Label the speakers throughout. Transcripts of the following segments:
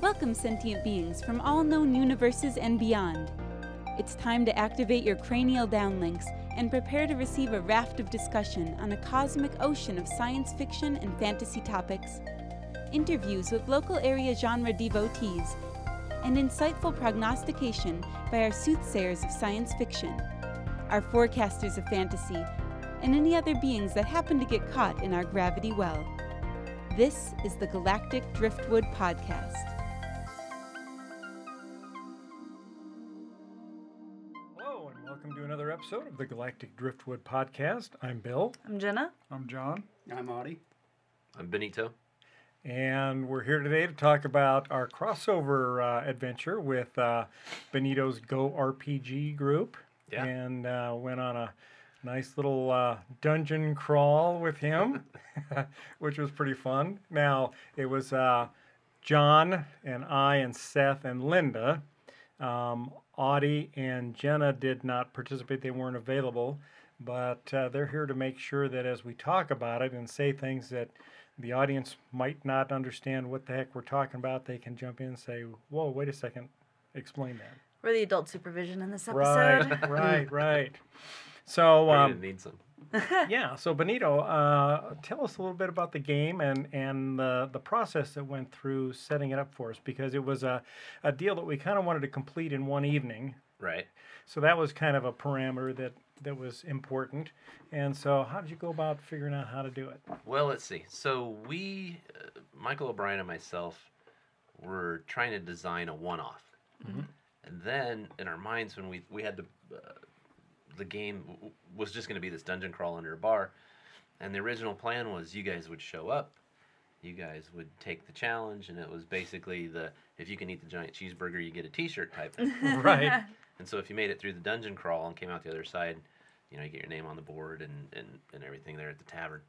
Speaker 1: Welcome, sentient beings from all known universes and beyond. It's time to activate your cranial downlinks and prepare to receive a raft of discussion on a cosmic ocean of science fiction and fantasy topics, interviews with local area genre devotees, and insightful prognostication by our soothsayers of science fiction, our forecasters of fantasy, and any other beings that happen to get caught in our gravity well. This is the Galactic Driftwood Podcast.
Speaker 2: Hello, and welcome to another episode of the Galactic Driftwood Podcast. I'm Bill,
Speaker 3: I'm Jenna.
Speaker 4: I'm John.
Speaker 5: I'm Audie.
Speaker 6: I'm Benito.
Speaker 2: and we're here today to talk about our crossover uh, adventure with uh, Benito's Go RPG group.
Speaker 6: Yeah.
Speaker 2: And uh, went on a nice little uh, dungeon crawl with him, which was pretty fun. Now, it was uh, John and I and Seth and Linda. Um, Audie and Jenna did not participate, they weren't available, but uh, they're here to make sure that as we talk about it and say things that the audience might not understand what the heck we're talking about, they can jump in and say, Whoa, wait a second, explain that.
Speaker 3: We're the adult supervision in this episode.
Speaker 2: Right, right, right. So,
Speaker 6: We're gonna
Speaker 2: um,
Speaker 6: need some.
Speaker 2: yeah, so Benito, uh, tell us a little bit about the game and, and the, the process that went through setting it up for us because it was a, a deal that we kind of wanted to complete in one evening.
Speaker 6: Right.
Speaker 2: So that was kind of a parameter that that was important. And so, how did you go about figuring out how to do it?
Speaker 6: Well, let's see. So we, uh, Michael O'Brien and myself, were trying to design a one-off, and then in our minds when we we had the uh, the game w- w- was just going to be this dungeon crawl under a bar, and the original plan was you guys would show up, you guys would take the challenge, and it was basically the if you can eat the giant cheeseburger, you get a T-shirt type thing.
Speaker 2: Right.
Speaker 6: And so if you made it through the dungeon crawl and came out the other side, you know, you get your name on the board and, and, and everything there at the tavern.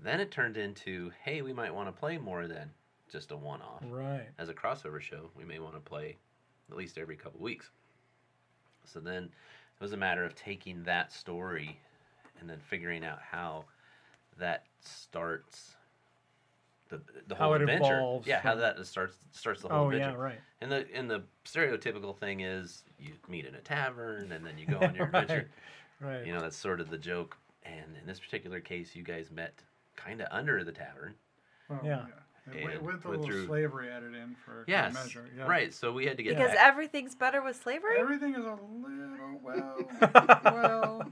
Speaker 6: Then it turned into, hey, we might want to play more than just a one off.
Speaker 2: Right.
Speaker 6: As a crossover show, we may want to play at least every couple weeks. So then it was a matter of taking that story and then figuring out how that starts the, the
Speaker 2: How
Speaker 6: whole
Speaker 2: it
Speaker 6: adventure.
Speaker 2: evolves
Speaker 6: yeah, how
Speaker 2: from-
Speaker 6: that starts starts the whole
Speaker 2: Oh
Speaker 6: adventure.
Speaker 2: yeah, right.
Speaker 6: And the and the stereotypical thing is you meet in a tavern and then you go on your
Speaker 2: Right.
Speaker 6: adventure.
Speaker 2: Right.
Speaker 6: You know, that's sort of the joke. And in this particular case, you guys met kind of under the tavern.
Speaker 4: Well,
Speaker 2: Yeah.
Speaker 4: It went-
Speaker 6: And
Speaker 4: with a
Speaker 6: went
Speaker 4: little
Speaker 6: through-
Speaker 4: slavery added in for good
Speaker 6: Yes.
Speaker 4: measure. Yeah.
Speaker 6: Right. So we had to get
Speaker 3: Because
Speaker 6: back.
Speaker 3: everything's better with slavery?
Speaker 4: Everything is a little well, well.
Speaker 6: a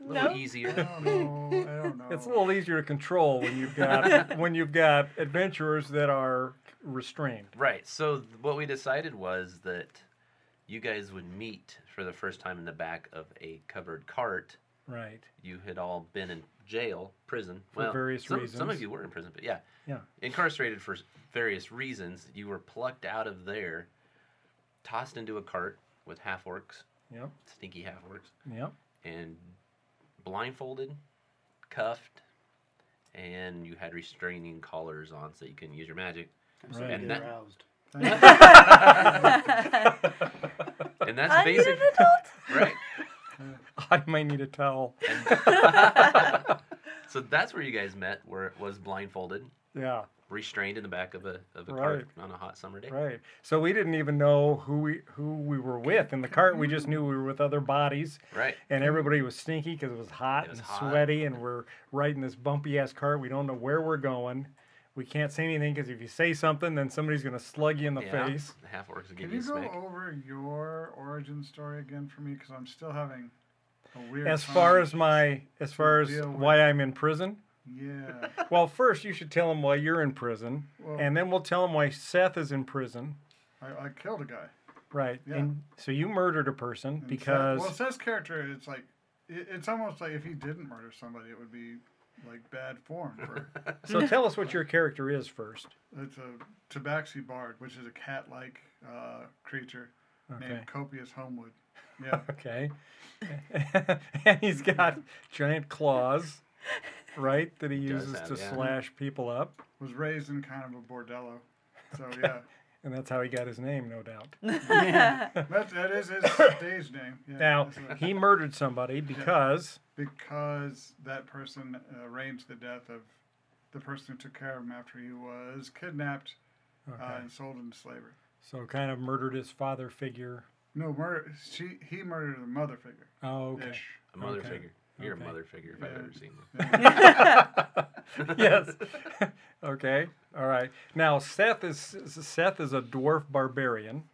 Speaker 6: little
Speaker 3: no.
Speaker 4: I
Speaker 6: easier.
Speaker 4: don't know. I don't know.
Speaker 2: It's a little easier to control when you've got when you've got adventurers that are restrained.
Speaker 6: Right. So th- what we decided was that you guys would meet for the first time in the back of a covered cart.
Speaker 2: Right.
Speaker 6: You had all been in jail, prison.
Speaker 2: For various
Speaker 6: some, Some
Speaker 2: reasons.
Speaker 6: of you were in prison, but yeah.
Speaker 2: Yeah.
Speaker 6: incarcerated for s- various reasons. You were plucked out of there, tossed into a cart with half orcs,
Speaker 2: Yep.
Speaker 6: stinky half orcs,
Speaker 2: Yep.
Speaker 6: and blindfolded, cuffed, and you had restraining collars on so you couldn't use your magic.
Speaker 5: I'm so
Speaker 2: Right.
Speaker 6: And
Speaker 5: getting
Speaker 6: that-
Speaker 5: aroused.
Speaker 4: Thank
Speaker 6: And that's
Speaker 3: Are you an
Speaker 6: basic,
Speaker 3: adult?
Speaker 6: right?
Speaker 2: I might need a towel.
Speaker 6: So that's where you guys met, where it was blindfolded,
Speaker 2: Yeah.
Speaker 6: restrained in the back of a of a cart on a hot summer day.
Speaker 2: Right. So we didn't even know who we who we were with in the cart. We just knew we were with other bodies.
Speaker 6: Right.
Speaker 2: And everybody was stinky because it was hot
Speaker 6: It was
Speaker 2: and
Speaker 6: hot.
Speaker 2: sweaty, and we're riding this bumpy ass cart. We don't know where we're going. We can't say anything because if you say something, then somebody's gonna slug you in the
Speaker 6: Yeah.
Speaker 2: face.
Speaker 6: The half orcs would
Speaker 4: Can
Speaker 6: give
Speaker 4: you
Speaker 6: you a
Speaker 4: go
Speaker 6: smack.
Speaker 4: over your origin story again for me? Because I'm still having a weird.
Speaker 2: As far
Speaker 4: time.
Speaker 2: as my, as far as
Speaker 4: deal with-
Speaker 2: why I'm in prison.
Speaker 4: Yeah.
Speaker 2: Well, first you should tell him why you're in prison,
Speaker 4: Well-
Speaker 2: and then we'll tell him why Seth is in prison.
Speaker 4: I, I killed a guy.
Speaker 2: Right.
Speaker 4: Yeah.
Speaker 2: And so you murdered a person
Speaker 4: And
Speaker 2: because
Speaker 4: Seth, well, Seth's character, it's like it, it's almost like if he didn't murder somebody, it would be like bad form for
Speaker 2: so tell us what your character is first.
Speaker 4: It's a tabaxi bard, which is a cat-like uh, creature
Speaker 2: Okay.
Speaker 4: named Copious Homewood. Yeah,
Speaker 2: Okay. and he's got giant claws, right, that he
Speaker 6: does
Speaker 2: uses
Speaker 6: have,
Speaker 2: to
Speaker 6: yeah.
Speaker 2: slash people up.
Speaker 4: was raised in kind of a bordello. So yeah,
Speaker 2: and that's how he got his name, no doubt.
Speaker 4: That, that is his stage name. Yeah,
Speaker 2: Now,
Speaker 4: that's what-
Speaker 2: he murdered somebody because
Speaker 4: because that person arranged the death of the person who took care of him after he was kidnapped uh,
Speaker 2: okay,
Speaker 4: and sold into slavery.
Speaker 2: so kind of murdered his father figure.
Speaker 4: No, murder. She he murdered the mother figure.
Speaker 2: Oh, okay.
Speaker 4: Ish.
Speaker 6: A mother
Speaker 2: Okay.
Speaker 6: figure. You're
Speaker 2: Okay.
Speaker 6: a mother figure if I've
Speaker 4: Yeah.
Speaker 6: ever seen one.
Speaker 2: yes. okay. All right. Now Seth is Seth is a dwarf barbarian,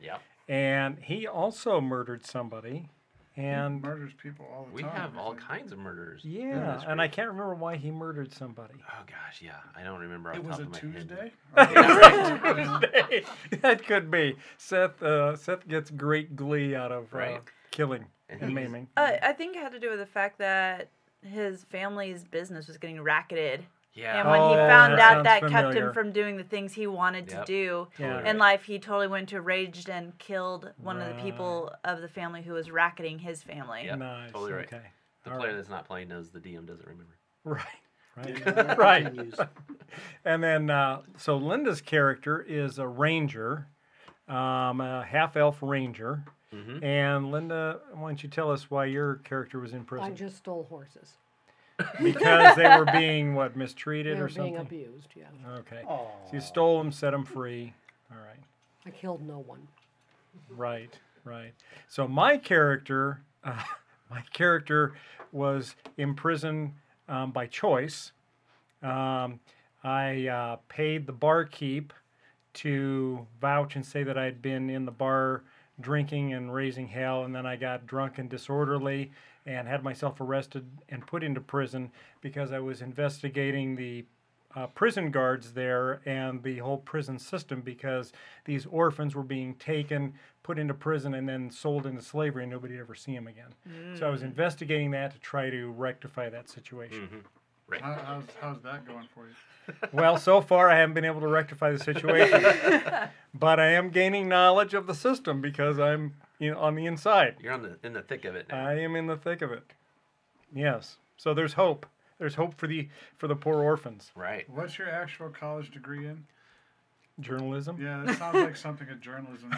Speaker 6: Yeah.
Speaker 2: and he also murdered somebody, and
Speaker 4: Murders people all the
Speaker 6: We
Speaker 4: time.
Speaker 6: have
Speaker 4: It's
Speaker 6: all
Speaker 4: like-
Speaker 6: kinds of murders. in
Speaker 2: yeah,
Speaker 6: this
Speaker 2: and I
Speaker 6: group.
Speaker 2: can't remember why he murdered somebody.
Speaker 6: Oh gosh, yeah. I don't remember off
Speaker 4: It
Speaker 6: the
Speaker 4: was
Speaker 6: top
Speaker 4: a
Speaker 6: of my
Speaker 4: Tuesday.
Speaker 6: head.
Speaker 2: Tuesday. that could be. Seth uh, Seth gets great glee out of uh,
Speaker 6: Right.
Speaker 2: killing
Speaker 6: And
Speaker 2: and
Speaker 6: he's-
Speaker 2: maiming.
Speaker 3: Uh, I think it had to do with the fact that his family's business was getting racketed.
Speaker 6: Yeah.
Speaker 3: And when he
Speaker 2: Oh,
Speaker 3: found
Speaker 2: that
Speaker 3: out
Speaker 2: sounds
Speaker 3: that kept
Speaker 2: familiar.
Speaker 3: him from doing the things he wanted
Speaker 6: Yep.
Speaker 3: to do
Speaker 2: Yeah.
Speaker 3: in life, he totally went to raged and killed one of the people of the family who was racketing his family.
Speaker 6: Yep.
Speaker 2: Nice.
Speaker 6: totally right.
Speaker 2: Okay.
Speaker 6: the
Speaker 2: all
Speaker 6: player
Speaker 2: right.
Speaker 6: that's not playing knows the DM doesn't remember.
Speaker 2: Right. Right.
Speaker 5: Yeah,
Speaker 2: Right.
Speaker 5: continues.
Speaker 2: And then, uh, so Linda's character is a ranger, um, a half elf ranger.
Speaker 6: Mhm.
Speaker 2: And Linda, why don't you tell us why your character was in
Speaker 5: I
Speaker 2: prison?
Speaker 5: just stole horses.
Speaker 2: Because they were being, what,
Speaker 5: They
Speaker 2: mistreated
Speaker 5: were
Speaker 2: or
Speaker 5: being
Speaker 2: something?
Speaker 5: abused, yeah.
Speaker 2: Okay. So you stole them, set them free. All right.
Speaker 5: I killed no one.
Speaker 2: Right, right. So my character, uh, my character was imprisoned um, by choice. Um, I uh, paid the barkeep to vouch and say that I had been in the bar drinking and raising hell, and then I got drunk and disorderly and had myself arrested and put into prison because I was investigating the uh, prison guards there and the whole prison system because these orphans were being taken, put into prison, and then sold into slavery, and nobody would ever see them again. So I was investigating that to try to rectify that situation.
Speaker 4: How, how's, how's that going for you?
Speaker 2: well, so far I haven't been able to rectify the situation, but I am gaining knowledge of the system because I'm you know, on the inside.
Speaker 6: You're on the in the thick of it now.
Speaker 2: I am in the thick of it. Yes. So there's hope. There's hope for the for the poor orphans.
Speaker 6: right.
Speaker 4: What's your actual college degree in?
Speaker 2: Journalism.
Speaker 4: Yeah, that sounds like something a journalism.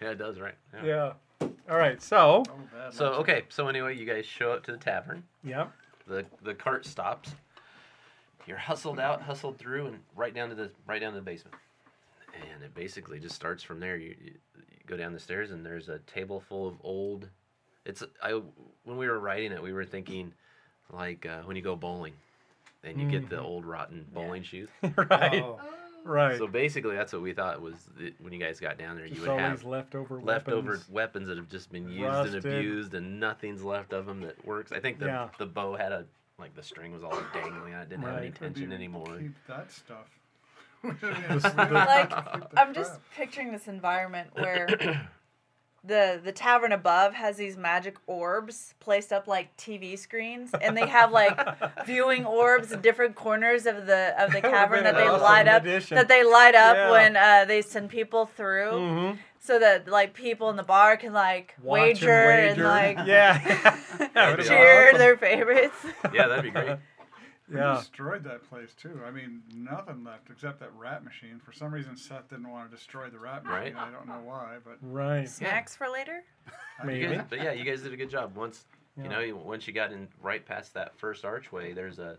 Speaker 6: Yeah, it does, right?
Speaker 2: Yeah. All right. So.
Speaker 4: Oh, bad
Speaker 6: So
Speaker 4: luck.
Speaker 6: okay, so anyway, you guys show up to the tavern.
Speaker 2: Yep.
Speaker 6: The the cart stops. You're hustled out, hustled through, and right down to the right down to the basement. And it basically just starts from there. You, you, you go down the stairs, and there's a table full of old. It's I when we were writing it, we were thinking, like uh, when you go bowling, and you get the old rotten bowling shoes.
Speaker 4: Oh,
Speaker 2: right. Mm-hmm. Right.
Speaker 6: So basically, that's what we thought was the, when you guys got down there, you
Speaker 2: Just
Speaker 6: would
Speaker 2: all
Speaker 6: have
Speaker 2: these leftover
Speaker 6: leftover
Speaker 2: weapons.
Speaker 6: weapons. that have just been used
Speaker 2: Rusted.
Speaker 6: and abused, and nothing's left of them that works. I think the
Speaker 2: Yeah.
Speaker 6: the bow had a like the string was all dangling on it, didn't have any
Speaker 2: Right.
Speaker 4: Could
Speaker 6: tension
Speaker 4: we
Speaker 6: anymore.
Speaker 4: Keep that stuff.
Speaker 3: like
Speaker 4: Keep the
Speaker 3: I'm just
Speaker 4: crap.
Speaker 3: picturing this environment where the the tavern above has these magic orbs placed up like TV screens, and they have like viewing orbs in different corners of the of
Speaker 2: That
Speaker 3: the
Speaker 2: would've
Speaker 3: cavern
Speaker 2: been
Speaker 3: that they
Speaker 2: an awesome
Speaker 3: light up
Speaker 2: addition.
Speaker 3: that they light up
Speaker 2: Yeah.
Speaker 3: when uh, they send people through,
Speaker 2: Mhm.
Speaker 3: so that like people in the bar can like
Speaker 2: Watch and
Speaker 3: wager, and like
Speaker 2: yeah. That would've been
Speaker 3: cheer
Speaker 2: awesome.
Speaker 3: their favorites.
Speaker 6: yeah, that'd be great.
Speaker 4: We
Speaker 2: Yeah.
Speaker 4: destroyed that place too. I mean, nothing left except that rat machine. For some reason, Seth didn't want to destroy the rat machine.
Speaker 6: Right.
Speaker 4: I don't know why, but
Speaker 2: Right.
Speaker 3: Snacks for later.
Speaker 6: You
Speaker 2: Maybe.
Speaker 6: guys, but yeah, you guys did a good job. Once
Speaker 2: Yeah.
Speaker 6: you know, you- once you got in right past that first archway, there's a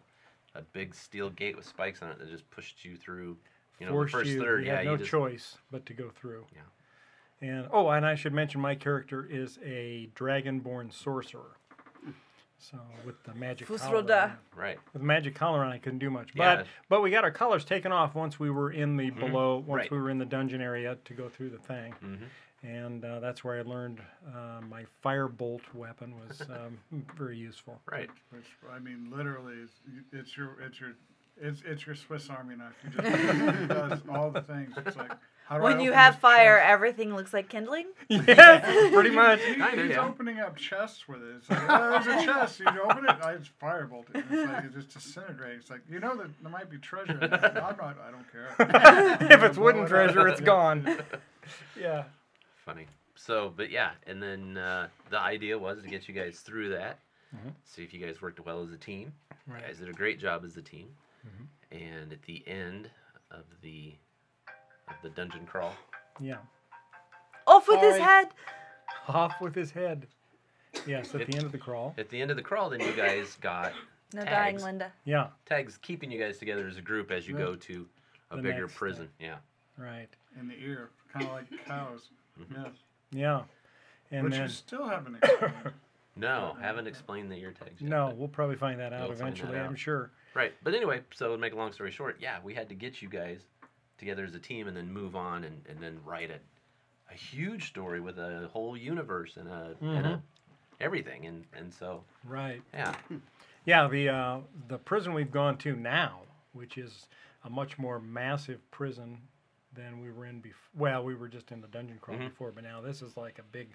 Speaker 6: a big steel gate with spikes on it that just pushed you through. You know,
Speaker 2: Forced
Speaker 6: the first
Speaker 2: you,
Speaker 6: third.
Speaker 2: you
Speaker 6: yeah,
Speaker 2: had no
Speaker 6: you just
Speaker 2: choice but to go through.
Speaker 6: Yeah.
Speaker 2: And oh, and I should mention my character is a dragonborn sorcerer. So with the magic collar,
Speaker 3: Fusroda.
Speaker 2: on-
Speaker 6: right.
Speaker 2: with the magic collar on, I couldn't do much. But
Speaker 6: Yeah. Mm-hmm.
Speaker 2: but we got our collars taken off once we were in the below, once
Speaker 6: Right.
Speaker 2: we were in the dungeon area to go through the thing.
Speaker 6: hmm
Speaker 2: and uh, that's where I learned uh, my firebolt weapon was um, very useful.
Speaker 6: Right.
Speaker 4: which I mean, literally, it's, it's your it's your it's it's your Swiss Army knife. You just it does all the things. It's like how do I
Speaker 3: When you
Speaker 4: open
Speaker 3: have
Speaker 4: this
Speaker 3: fire,
Speaker 4: chest?
Speaker 3: everything looks like kindling.
Speaker 2: yeah, pretty much.
Speaker 4: He-
Speaker 6: Kinda,
Speaker 4: he's
Speaker 6: yeah.
Speaker 4: opening up chests with it. It's like, oh, there's a chest. You open it, I just firebolt it. And it's like it just disintegrates. It's like you know that there might be treasure. In there. I'm not. I don't care.
Speaker 2: if it's
Speaker 4: Blow
Speaker 2: wooden
Speaker 4: it
Speaker 2: treasure,
Speaker 4: up.
Speaker 2: it's gone. Yeah.
Speaker 6: Funny. So, but yeah, and then uh, the idea was to get you guys through that.
Speaker 2: Mm-hmm.
Speaker 6: See if you
Speaker 2: Mm-hmm.
Speaker 6: guys worked well as a team. You guys did a great job as a team. And at the end, of the of the dungeon crawl.
Speaker 2: Yeah.
Speaker 3: Off with his
Speaker 2: Sorry.
Speaker 3: head.
Speaker 2: Off with his head. Yes, at
Speaker 6: It-
Speaker 2: the end of the crawl.
Speaker 6: At the end of the crawl, then you guys got
Speaker 3: No dying,
Speaker 6: Tags.
Speaker 3: Linda.
Speaker 2: Yeah,
Speaker 6: tags keeping you guys together as a group as you
Speaker 2: Right.
Speaker 6: go to a
Speaker 2: The
Speaker 6: bigger
Speaker 2: next day.
Speaker 6: prison. Yeah.
Speaker 2: right.
Speaker 4: in the ear, kind of like cows.
Speaker 6: Mm-hmm.
Speaker 4: Yes.
Speaker 2: Yeah. And
Speaker 4: Which
Speaker 2: then,
Speaker 4: you still haven't explained.
Speaker 6: No, haven't explained the ear tags yet.
Speaker 2: no,
Speaker 6: but-
Speaker 2: we'll probably find that out
Speaker 6: We'll find that
Speaker 2: eventually, I'm
Speaker 6: out.
Speaker 2: sure.
Speaker 6: Right. But anyway, so to make a long story short, yeah, we had to get you guys together as a team and then move on and, and then write a, a huge story with a whole universe and a, and a everything. And, and so,
Speaker 2: Right.
Speaker 6: yeah.
Speaker 2: Yeah, the uh, the prison we've gone to now, which is a much more massive prison than we were in before. Well, we were just in the dungeon crawl
Speaker 6: Mhm.
Speaker 2: before, but now this is like a big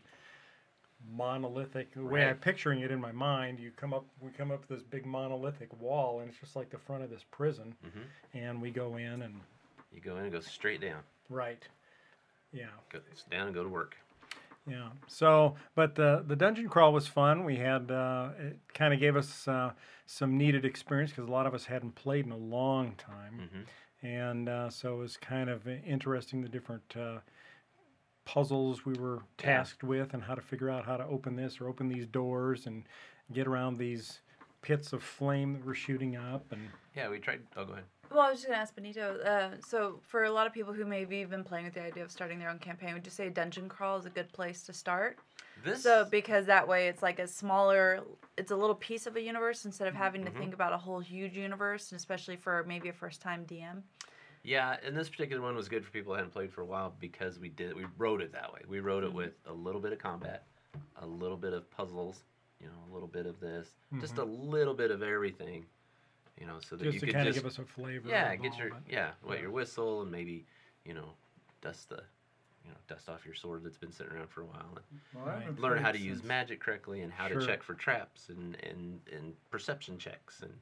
Speaker 2: monolithic. The way I'm
Speaker 6: Right.
Speaker 2: picturing it in my mind, you come up, we come up to this big monolithic wall, and it's just like the front of this prison,
Speaker 6: Mhm.
Speaker 2: and we go in and
Speaker 6: You go in and go straight down.
Speaker 2: right. Yeah.
Speaker 6: Go down and go to work.
Speaker 2: Yeah. So, but the the dungeon crawl was fun. We had uh, it kind of gave us uh, some needed experience because a lot of us hadn't played in a long time,
Speaker 6: Mhm.
Speaker 2: and uh, so it was kind of i- interesting the different uh, puzzles we were tasked with and how to figure out how to open this or open these doors and get around these pits of flame that were shooting up and
Speaker 6: Yeah, we tried. Oh, go ahead.
Speaker 3: Well, I was just gonna ask Benito. Uh, so, for a lot of people who maybe have been playing with the idea of starting their own campaign, would you say dungeon crawl is a good place to start?
Speaker 6: This
Speaker 3: So, because that way it's like a smaller, it's a little piece of a universe instead of having to think about a whole huge universe, and especially for maybe a first time DM.
Speaker 6: Yeah, and this particular one was good for people that hadn't played for a while because we did we wrote it that way. We wrote it with a little bit of combat, a little bit of puzzles, you know, a little bit of this,
Speaker 2: mm-hmm.
Speaker 6: just a little bit of everything, you know, so that
Speaker 2: just
Speaker 6: you
Speaker 2: to
Speaker 6: could
Speaker 2: kind of
Speaker 6: just
Speaker 2: give us a flavor.
Speaker 6: yeah
Speaker 2: of
Speaker 6: get
Speaker 2: all
Speaker 6: your
Speaker 2: of it.
Speaker 6: yeah wet your whistle and maybe you know dust the you know dust off your sword that's been sitting around for a while and
Speaker 4: Well, I haven't
Speaker 6: learn how to
Speaker 4: played
Speaker 6: use
Speaker 4: since-
Speaker 6: magic correctly and how
Speaker 2: Sure.
Speaker 6: to check for traps and and and perception checks and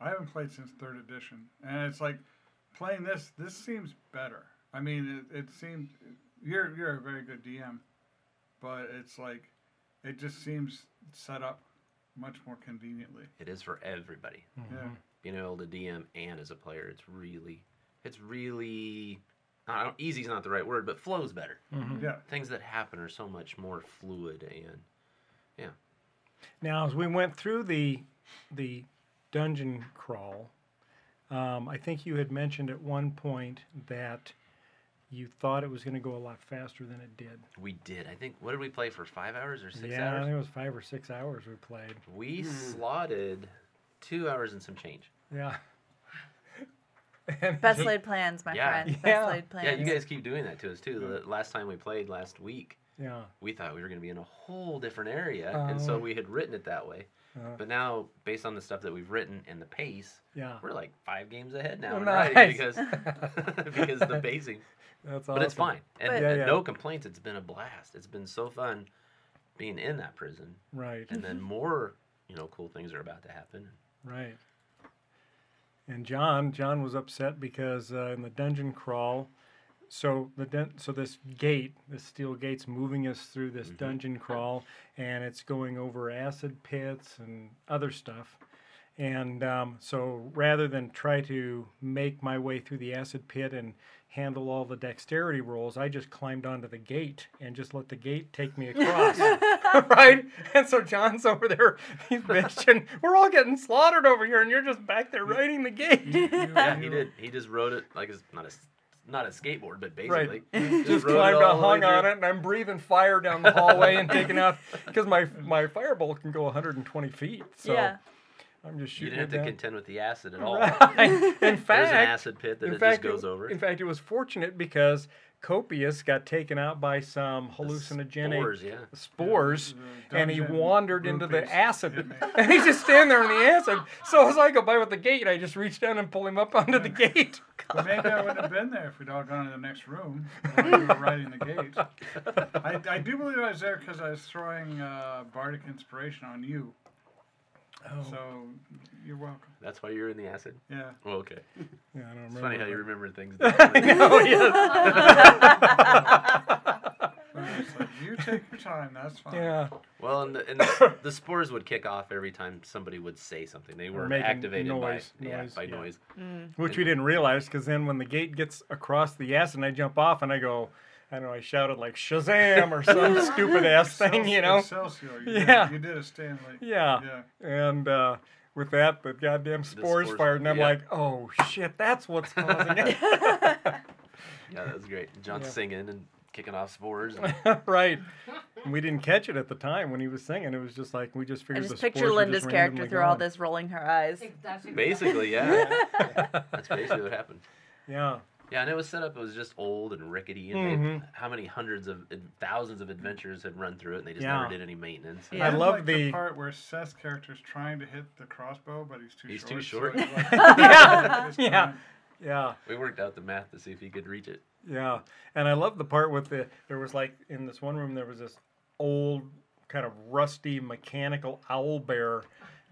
Speaker 4: I haven't played since third edition, and it's like playing this. This seems better. I mean, it, it seemed you're you're a very good DM, but it's like it just seems set up much more conveniently.
Speaker 6: it is for everybody.
Speaker 4: Yeah.
Speaker 2: Mm-hmm.
Speaker 6: being able to DM and as a player, it's really, it's really, I don't, easy's not the right word, but flows better.
Speaker 2: Mm-hmm.
Speaker 4: Yeah.
Speaker 6: Things that happen are so much more fluid and
Speaker 2: Now, as we went through the the dungeon crawl, um, I think you had mentioned at one point that you thought it was going to go a lot faster than it did.
Speaker 6: we did. I think what did we play for five hours or six
Speaker 2: yeah, I
Speaker 6: hours?
Speaker 2: think it was five or six hours we played.
Speaker 6: We slotted two hours and some change.
Speaker 2: Yeah. And
Speaker 3: Best laid plans, my
Speaker 6: Yeah.
Speaker 3: friend.
Speaker 2: Yeah.
Speaker 3: Best laid plans.
Speaker 6: Yeah, you guys keep doing that to us too.
Speaker 2: Hmm.
Speaker 6: The last time we played last week,
Speaker 2: yeah,
Speaker 6: we thought we were going to be in a whole different area, and so
Speaker 2: Oh.
Speaker 6: we had written it that way.
Speaker 2: Uh.
Speaker 6: But now, based on the stuff that we've written and the pace,
Speaker 2: yeah,
Speaker 6: we're like five games ahead now in
Speaker 2: Nice.
Speaker 6: writing because because the pacing.
Speaker 2: that's awesome.
Speaker 6: But it's fine, and,
Speaker 3: But-
Speaker 2: Yeah,
Speaker 6: and
Speaker 2: yeah.
Speaker 6: no complaints. It's been a blast. It's been so fun being in that prison,
Speaker 2: Right,
Speaker 6: and then more you know cool things are about to happen.
Speaker 2: right. And John, John was upset because uh, in the dungeon crawl, so the dun- so this gate, this steel gate's moving us through this dungeon crawl, and it's going over acid pits and other stuff. And um, so rather than try to make my way through the acid pit and handle all the dexterity rolls, I just climbed onto the gate and just let the gate take me across. right? And so John's over there, he's bitching. We're all getting slaughtered over here, and you're just back there riding the gate.
Speaker 6: Yeah, he did. He just wrote it like it's not a s- not a skateboard, but basically
Speaker 2: just
Speaker 6: wrote it
Speaker 2: climbed
Speaker 6: all
Speaker 2: out,
Speaker 6: the way
Speaker 2: hung on
Speaker 6: through.
Speaker 2: it, and I'm breathing fire down the hallway and taking out because my my fireball can go 120 feet. So
Speaker 3: Yeah.
Speaker 2: I'm just
Speaker 6: You
Speaker 2: shooting.
Speaker 6: didn't have
Speaker 2: it
Speaker 6: to
Speaker 2: down.
Speaker 6: contend with the acid at all.
Speaker 2: Right. In
Speaker 6: There's an
Speaker 2: fact,
Speaker 6: acid pit that
Speaker 2: in
Speaker 6: it
Speaker 2: fact,
Speaker 6: just goes over.
Speaker 2: In fact, it was fortunate because Copius got taken out by some
Speaker 6: The
Speaker 2: hallucinogenic
Speaker 6: spores, yeah.
Speaker 2: spores,
Speaker 4: The
Speaker 2: and he
Speaker 4: dungeon
Speaker 2: wandered into the
Speaker 4: groupies hit
Speaker 2: acid,
Speaker 4: me.
Speaker 2: and he's just standing there in the acid. So as I go by with the gate, I just reach down and pull him up onto the gate.
Speaker 4: But maybe I wouldn't have been there if we'd all gone to the next room when we were riding the gate. I, I do believe I was there because I was throwing uh, bardic inspiration on you. So you're welcome.
Speaker 6: That's why you're in the acid.
Speaker 4: Yeah.
Speaker 6: Well, okay.
Speaker 2: Yeah, I don't
Speaker 6: It's
Speaker 2: remember. Oh,
Speaker 6: funny how you
Speaker 2: that.
Speaker 6: remember things.
Speaker 2: I know, yes.
Speaker 4: But it's like, you take your time. That's fine.
Speaker 2: Yeah.
Speaker 6: Well, and the, and the, the spores would kick off every time somebody would say something. They were
Speaker 2: making
Speaker 6: activated
Speaker 2: noise,
Speaker 6: by yeah,
Speaker 2: noise,
Speaker 6: by
Speaker 2: yeah.
Speaker 6: noise.
Speaker 2: Which we didn't realize because then when the gate gets across the S and I jump off and I go, I don't know, I shouted like Shazam or some stupid ass thing, you know?
Speaker 4: Excelsior. You
Speaker 2: Yeah.
Speaker 4: Did, you did a Stanley.
Speaker 2: Yeah.
Speaker 4: Yeah.
Speaker 2: And uh, with that, the goddamn spores,
Speaker 6: spores-
Speaker 2: fired, and I'm
Speaker 6: yeah.
Speaker 2: like, oh shit, that's what's causing it.
Speaker 6: Yeah, that was great. John's
Speaker 2: Yeah.
Speaker 6: singing and kicking off spores. and-
Speaker 2: right. And we didn't catch it at the time when he was singing. It was just like, we just
Speaker 3: I
Speaker 2: figured
Speaker 3: just
Speaker 2: the
Speaker 3: picture
Speaker 2: spores were
Speaker 3: Linda's
Speaker 2: just
Speaker 3: character
Speaker 2: randomly
Speaker 3: through all
Speaker 2: going.
Speaker 3: this, rolling her eyes.
Speaker 6: basically, yeah. That's basically what happened.
Speaker 2: Yeah.
Speaker 6: Yeah, and it was set up. It was just old and rickety, and they'd-
Speaker 2: Mhm.
Speaker 6: how many hundreds of and thousands of adventures had run through it, and they just
Speaker 2: Yeah.
Speaker 6: never did any maintenance.
Speaker 3: Yeah.
Speaker 2: I
Speaker 4: It's
Speaker 2: love
Speaker 4: like
Speaker 2: the.
Speaker 4: part where Seth's character's trying to hit the crossbow, but he's too
Speaker 6: He's
Speaker 4: short.
Speaker 6: too short.
Speaker 4: so it's like-
Speaker 2: Yeah.
Speaker 4: it's
Speaker 2: Yeah.
Speaker 4: fine.
Speaker 2: Yeah.
Speaker 6: We worked out the math to see if he could reach it.
Speaker 2: Yeah, and I love the part with the there was like in this one room there was this old kind of rusty mechanical owl bear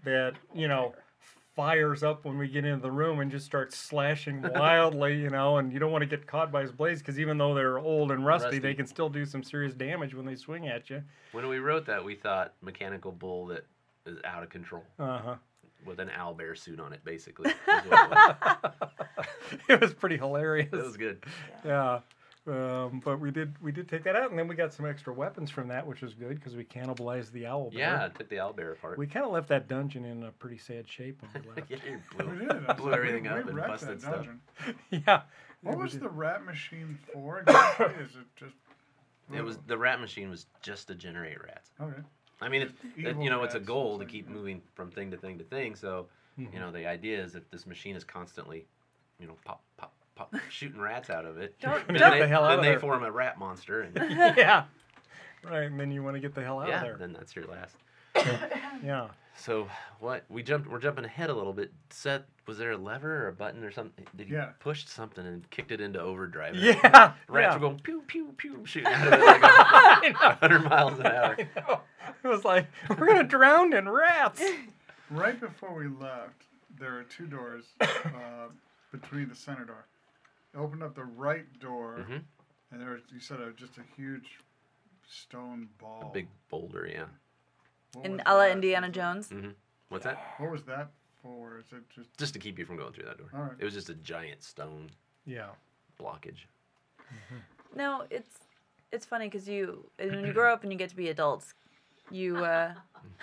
Speaker 2: that you know fires up when we get into the room and just starts slashing wildly, you know, and you don't want to get caught by his blades because even though they're old and rusty, they
Speaker 6: Rusty.
Speaker 2: can still do some serious damage when they swing at you.
Speaker 6: When we wrote that, we thought mechanical bull that is out of control
Speaker 2: Uh huh.
Speaker 6: with an owl bear suit on it, basically. is what it was.
Speaker 2: It was pretty hilarious.
Speaker 6: That was good.
Speaker 2: Yeah. Um, but we did we did take that out, and then we got some extra weapons from that, which was good because we cannibalized the owl. bear.
Speaker 6: Yeah, took the owl bear apart.
Speaker 2: We kind of left that dungeon in a pretty sad shape when we left.
Speaker 6: yeah, you
Speaker 4: We
Speaker 6: blew,
Speaker 4: did. I was like,
Speaker 6: blew
Speaker 4: we-
Speaker 6: everything
Speaker 4: we
Speaker 6: up and
Speaker 4: wrecked
Speaker 6: busted
Speaker 4: that
Speaker 6: stuff.
Speaker 4: dungeon.
Speaker 2: yeah.
Speaker 4: What
Speaker 2: we
Speaker 4: was
Speaker 2: did.
Speaker 4: the rat machine for? exactly? Is it just?
Speaker 6: It was the rat machine was just to generate rats.
Speaker 4: Okay.
Speaker 6: I mean, it's, it,
Speaker 4: Evil
Speaker 6: you know, it's a
Speaker 4: rats,
Speaker 6: goal
Speaker 4: it's
Speaker 6: to
Speaker 4: like,
Speaker 6: keep
Speaker 4: yeah.
Speaker 6: moving from thing to thing to thing. So, you know, the idea is if this machine is constantly, you know, pop, pop, pop, shooting rats out of it,
Speaker 3: Don't-
Speaker 6: then
Speaker 2: don't-
Speaker 6: they,
Speaker 2: Get the hell out
Speaker 6: then
Speaker 2: of
Speaker 6: they
Speaker 2: there.
Speaker 6: form a rat monster, and
Speaker 2: yeah. Right, and then you want to get the hell out
Speaker 6: yeah,
Speaker 2: of there.
Speaker 6: then that's your last.
Speaker 2: Yeah.
Speaker 6: So what we jumped, we're jumping ahead a little bit. Seth, was there a lever or a button or something? Did he
Speaker 4: Yeah.
Speaker 6: push something and kicked it into overdrive? and
Speaker 2: Yeah.
Speaker 6: Rats
Speaker 2: yeah.
Speaker 6: were going pew pew pew shooting out of it like a hundred miles an hour.
Speaker 2: I know. It was like we're gonna drown in rats.
Speaker 4: Right before we left, there are two doors uh, between the center door. I opened up the right door,
Speaker 6: Mhm.
Speaker 4: and there was, you said it was just a huge stone ball.
Speaker 6: Big boulder, yeah. Mm-hmm.
Speaker 4: What
Speaker 3: And
Speaker 4: was
Speaker 3: a la
Speaker 4: that?
Speaker 3: Indiana
Speaker 4: Was it-
Speaker 3: Jones.
Speaker 6: What's that?
Speaker 4: What was that for? Is it just?
Speaker 6: Just to keep you from going through that door.
Speaker 4: All right.
Speaker 6: It was just a giant stone
Speaker 2: Yeah.
Speaker 6: blockage.
Speaker 3: No, it's it's funny because you when you grow up and you get to be adults, you uh,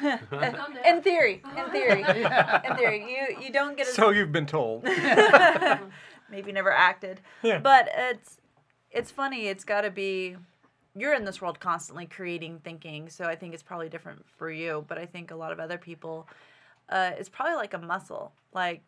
Speaker 3: in theory, in theory, in theory, you you don't get as
Speaker 2: So you've been told.
Speaker 3: maybe never acted.
Speaker 2: Yeah.
Speaker 3: But it's it's funny. It's got to be you're in this world constantly creating, thinking. So I think it's probably different for you, but I think a lot of other people, uh, it's probably like a muscle, like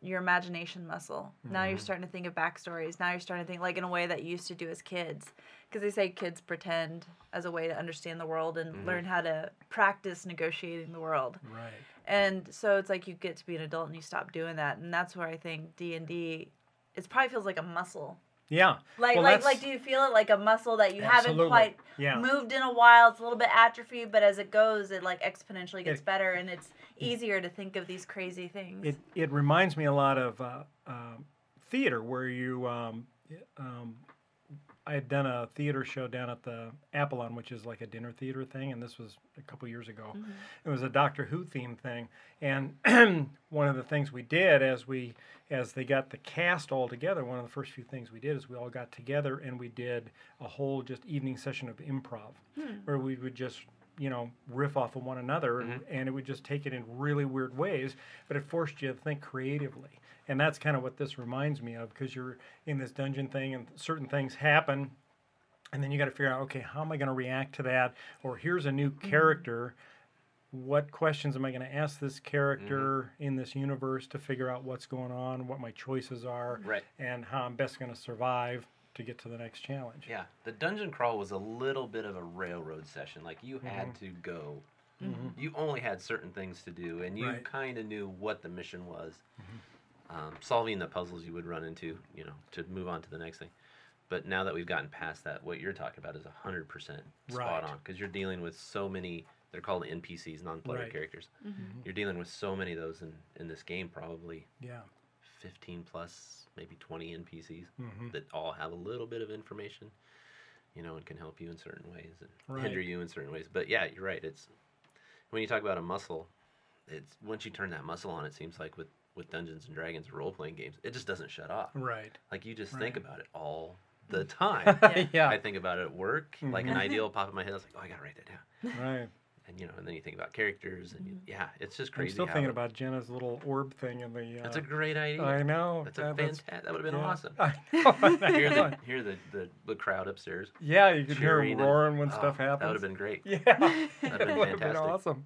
Speaker 3: your imagination muscle. Now you're starting to think of backstories. Now you're starting to think like in a way that you used to do as kids, because they say kids pretend as a way to understand the world and learn how to practice negotiating the world
Speaker 2: right.
Speaker 3: and so it's like you get to be an adult and you stop doing that and that's where i think d&d it probably feels like a muscle
Speaker 2: Yeah.
Speaker 3: like
Speaker 2: Well,
Speaker 3: like
Speaker 2: that's-
Speaker 3: like do you feel it like a muscle that you
Speaker 2: Absolutely.
Speaker 3: haven't quite
Speaker 2: Yeah.
Speaker 3: moved in a while it's a little bit atrophy but as it goes it like exponentially gets
Speaker 2: It-
Speaker 3: better and it's easier to think of these crazy things
Speaker 2: It it reminds me a lot of uh, um theater where you um, um, I had done a theater show down at the Apollon, which is like a dinner theater thing, and this was a couple years ago. It was a Doctor Who theme thing, and one of the things we did as we as they got the cast all together, one of the first few things we did is we all got together and we did a whole just evening session of improv, where we would just you know riff off of one another, and, and it would just take it in really weird ways, but it forced you to think creatively. And that's kind of what this reminds me of because you're in this dungeon thing and certain things happen and then you got to figure out okay how am i going to react to that or here's a new
Speaker 6: Mm-hmm.
Speaker 2: character what questions am i going to ask this character
Speaker 6: Mm-hmm.
Speaker 2: in this universe to figure out what's going on what my choices are
Speaker 6: Right.
Speaker 2: and how i'm best going to survive to get to the next challenge
Speaker 6: Yeah, the dungeon crawl was a little bit of a railroad session. Like you had
Speaker 2: Mm-hmm.
Speaker 6: to go. You only had certain things to do, and you
Speaker 2: Right. Mm-hmm.
Speaker 6: kind of knew what the mission was. Um, solving the puzzles you would run into, you know, to move on to the next thing. But now that we've gotten past that, what you're talking about is 100% spot
Speaker 2: Right.
Speaker 6: on because you're dealing with so many, they're called NPCs, non player
Speaker 2: Right.
Speaker 6: characters.
Speaker 2: Mm-hmm.
Speaker 3: Mm-hmm.
Speaker 6: You're dealing with so many of those in, in this game, probably
Speaker 2: yeah Mm-hmm.
Speaker 6: 15 plus, maybe 20 NPCs that all have a little bit of information. you know, and can help you in certain ways and
Speaker 2: Right.
Speaker 6: hinder you in certain ways. But yeah, you're right. It's when you talk about a muscle, it's once you turn that muscle on, it seems like with with Dungeons and Dragons role playing games, it just doesn't shut off.
Speaker 2: Right.
Speaker 6: Like you just
Speaker 2: Right. Mm.
Speaker 6: think about it all the time.
Speaker 3: Yeah.
Speaker 6: I think about it at work, like
Speaker 2: Mm-hmm.
Speaker 6: an idea will pop in my head. I was like, oh, I gotta write that down.
Speaker 2: Right.
Speaker 6: And you know, and then you think about characters, and you, yeah, it's just crazy.
Speaker 2: Mm-hmm. I'm still
Speaker 6: how
Speaker 2: thinking
Speaker 6: it-
Speaker 2: about Jenna's little orb thing in the. Uh,
Speaker 6: That's a great idea.
Speaker 2: I know.
Speaker 6: That's a
Speaker 2: yeah,
Speaker 6: fantastic. That would have been
Speaker 2: yeah.
Speaker 6: awesome.
Speaker 2: I know. I
Speaker 6: hear
Speaker 2: know.
Speaker 6: the hear the, the, the crowd upstairs.
Speaker 2: yeah, you could hear
Speaker 6: cheering
Speaker 2: them
Speaker 6: and-
Speaker 2: roaring when
Speaker 6: oh,
Speaker 2: stuff happens.
Speaker 6: That would have been great.
Speaker 2: Yeah,
Speaker 6: That'd
Speaker 2: it
Speaker 6: been
Speaker 2: would have been
Speaker 6: fantastic.
Speaker 2: awesome.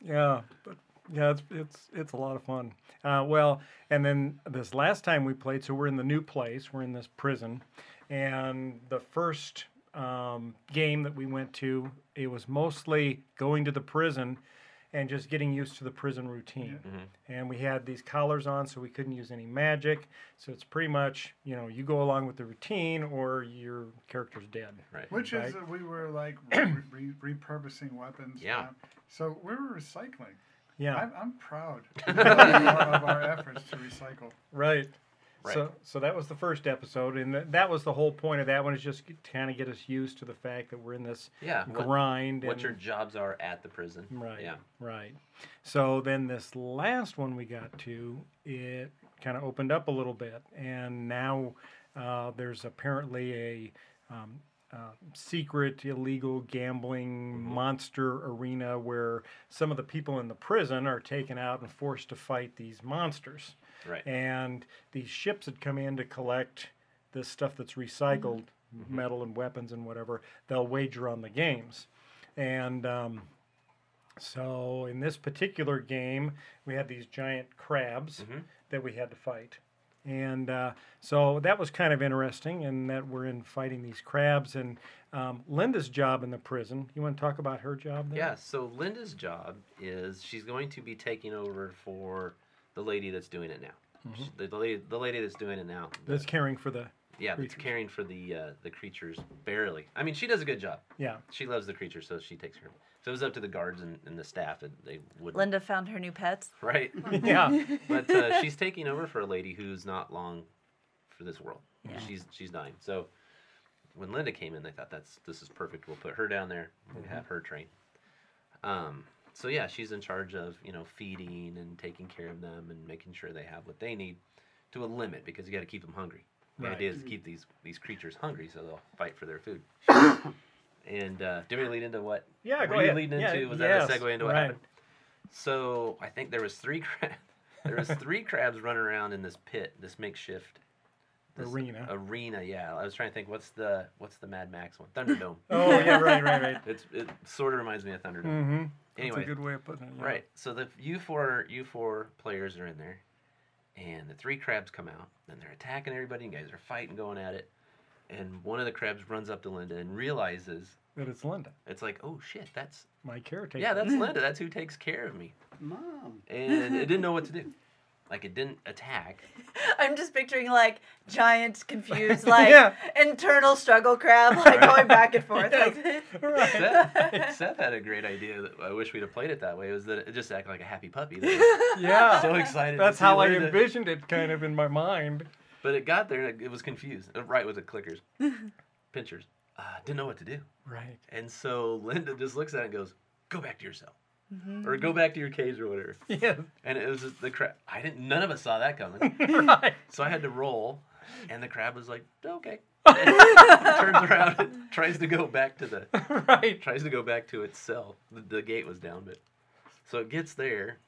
Speaker 2: Yeah, but yeah, it's it's it's a lot of fun. Uh, well, and then this last time we played, so we're in the new place. We're in this prison, and the first um, game that we went to, it was mostly going to the prison and just getting used to the prison routine.
Speaker 6: Mm-hmm.
Speaker 2: And we had these collars on, so we couldn't use any magic. So it's pretty much, you know, you go along with the routine, or your character's dead.
Speaker 6: Right.
Speaker 4: Which
Speaker 2: Right.
Speaker 4: is that we were like re- re- repurposing weapons.
Speaker 6: Yeah.
Speaker 4: um, so we were recycling.
Speaker 2: Yeah.
Speaker 4: I'm, I'm proud of our efforts to recycle.
Speaker 2: Right.
Speaker 6: Right.
Speaker 2: So, so that was the first episode, and th- that was the whole point of that one is just kind of get us used to the fact that we're in this
Speaker 6: Yeah. What,
Speaker 2: grind.
Speaker 6: what
Speaker 2: and,
Speaker 6: your jobs are at the prison.
Speaker 2: right,
Speaker 6: Yeah.
Speaker 2: right. So then this last one we got to, it kind of opened up a little bit, and now uh, there's apparently a um, uh, secret illegal gambling
Speaker 6: Mm-hmm.
Speaker 2: monster arena where some of the people in the prison are taken out and forced to fight these monsters
Speaker 6: Right.
Speaker 2: and these ships had come in to collect this stuff that's recycled
Speaker 6: Mm-hmm.
Speaker 2: metal and weapons and whatever they'll wager on the games and um, so in this particular game we had these giant crabs
Speaker 6: Mm-hmm.
Speaker 2: that we had to fight and uh, so that was kind of interesting in that we're in fighting these crabs and um, linda's job in the prison you want to talk about her job there?
Speaker 6: Yeah. So Linda's job is she's going to be taking over for the lady that's doing it now.
Speaker 2: Mm-hmm.
Speaker 6: She- The, the lady, the lady that's doing it now. the-
Speaker 2: that's caring for the
Speaker 6: yeah, that's
Speaker 2: creatures.
Speaker 6: caring for the uh, the creatures barely. I mean, she does a good job.
Speaker 2: yeah
Speaker 6: She loves the creatures, so she takes her. So it was up to the guards and, and the staff, and they wouldn't.
Speaker 3: Linda found her new pets.
Speaker 6: Right.
Speaker 2: yeah
Speaker 6: but uh, she's taking over for a lady who's not long for this world.
Speaker 3: Yeah.
Speaker 6: She's she's dying. So when Linda came in, they thought that's this is perfect. We'll put her down there and have her train. Um, so yeah, she's in charge of you know feeding and taking care of them and making sure they have what they need to a limit because you got to keep them hungry. The
Speaker 2: Right.
Speaker 6: idea is to keep these these creatures hungry so they'll fight for their food. and uh, do we lead into what?
Speaker 2: Yeah,
Speaker 6: were
Speaker 2: go
Speaker 6: you
Speaker 2: ahead.
Speaker 6: leading
Speaker 2: Yeah,
Speaker 6: into was
Speaker 2: yes,
Speaker 6: that a segue into what
Speaker 2: right.
Speaker 6: happened? So I think there was three crab. There was three crabs running around in this pit, this makeshift this
Speaker 2: Arena.
Speaker 6: Arena, yeah. I was trying to think, what's the what's the Mad Max one? Thunderdome.
Speaker 2: oh yeah right right right
Speaker 6: it's it sort of reminds me of Thunderdome.
Speaker 2: mm-hmm
Speaker 6: Anyway,
Speaker 2: that's a good way of putting it yeah.
Speaker 6: right. So the you four you four players are in there, and the three crabs come out, and they're attacking everybody. You guys are fighting, going at it, and one of the crabs runs up to Linda and realizes
Speaker 2: that it's Linda,
Speaker 6: it's like, oh shit, that's
Speaker 2: my caretaker.
Speaker 6: yeah, that's Linda. That's who takes care of me. Mom. And it didn't know what to do. Like it didn't attack.
Speaker 3: I'm just picturing like giant, confused, like
Speaker 2: Yeah.
Speaker 3: internal struggle crab, like going back and forth. Like,
Speaker 6: Seth, Seth had a great idea that I wish we'd have played it that way. Was that it just acted like a happy puppy? That
Speaker 2: yeah.
Speaker 6: was so excited. to
Speaker 2: that's
Speaker 6: see
Speaker 2: how I
Speaker 6: Linda.
Speaker 2: envisioned it, kind of in my mind.
Speaker 6: But it got there and it, it was confused. Uh, Right with the clickers, pinchers. Uh, didn't know what to do.
Speaker 2: Right.
Speaker 6: And so Linda just looks at it and goes, "Go back to your cell,
Speaker 2: Mm-hmm.
Speaker 6: or go back to your cage, or whatever."
Speaker 2: Yeah.
Speaker 6: And it was just the crab. I didn't. None of us saw that coming.
Speaker 2: right.
Speaker 6: So I had to roll, and the crab was like, "Okay." turns around and tries to go back to the
Speaker 2: Right.
Speaker 6: tries to go back to its cell. The, the gate was down, but so it gets there,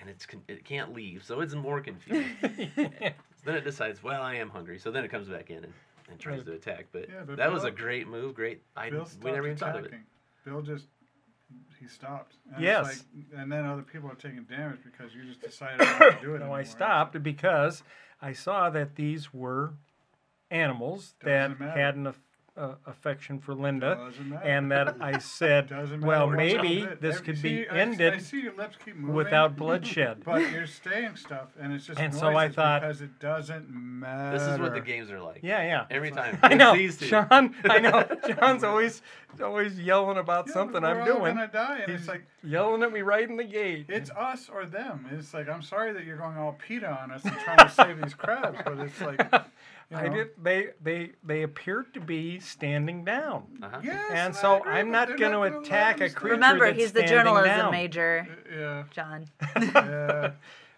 Speaker 6: and it's con- it can't leave, so it's more confused. Then it decides, well, I am hungry, so then it comes back in and, and tries
Speaker 2: Right.
Speaker 6: to attack. But,
Speaker 4: Yeah, but
Speaker 6: that was a
Speaker 4: Bill-
Speaker 6: great move, great. I
Speaker 4: Bill
Speaker 6: we
Speaker 4: stopped
Speaker 6: never even thought of it.
Speaker 4: attacking. Bill just he stopped. And it's
Speaker 2: Yes.
Speaker 4: like- and then other people are taking damage because you just decided not to do it.
Speaker 2: No,
Speaker 4: anymore.
Speaker 2: I
Speaker 4: It's
Speaker 2: stopped because I saw that these were animals
Speaker 4: Doesn't
Speaker 2: that
Speaker 4: matter.
Speaker 2: had an aff- uh, affection for Linda,
Speaker 4: Doesn't matter.
Speaker 2: and that I
Speaker 4: like,
Speaker 2: said,
Speaker 4: Doesn't matter
Speaker 2: well,
Speaker 4: what
Speaker 2: maybe
Speaker 4: you did.
Speaker 2: this
Speaker 4: Every-
Speaker 2: could
Speaker 4: see,
Speaker 2: be
Speaker 4: I- I
Speaker 2: ended
Speaker 4: see your lips keep moving.
Speaker 2: without bloodshed.
Speaker 4: But you're staying stuff, and it's just
Speaker 2: And so I
Speaker 4: noises
Speaker 2: thought-
Speaker 4: because it doesn't matter.
Speaker 6: This is what the games are like.
Speaker 2: Yeah, yeah.
Speaker 6: Every time.
Speaker 2: I
Speaker 6: It's
Speaker 2: know,
Speaker 6: these two.
Speaker 2: Sean. I know, John's always always yelling about
Speaker 4: Yeah,
Speaker 2: something
Speaker 4: we're
Speaker 2: I'm
Speaker 4: all
Speaker 2: doing.
Speaker 4: gonna die, and it's
Speaker 2: He's
Speaker 4: like
Speaker 2: yelling at me right in the gate.
Speaker 4: it's us or them. It's like I'm sorry that you're going all PETA on us and trying to save these crabs, but it's like you
Speaker 2: I
Speaker 4: know,
Speaker 2: did. They they they appeared to be standing down.
Speaker 6: Uh-huh.
Speaker 4: Yes,
Speaker 2: And
Speaker 4: I
Speaker 2: so
Speaker 4: agree,
Speaker 2: I'm
Speaker 4: but
Speaker 2: not
Speaker 4: they're
Speaker 2: gonna
Speaker 4: gonna let
Speaker 2: attack
Speaker 4: them
Speaker 2: a
Speaker 4: stand.
Speaker 2: creature
Speaker 3: Remember,
Speaker 2: that's
Speaker 3: he's the
Speaker 2: standing
Speaker 3: journalism
Speaker 2: down.
Speaker 3: major,
Speaker 4: Yeah.
Speaker 3: John.
Speaker 4: Yeah.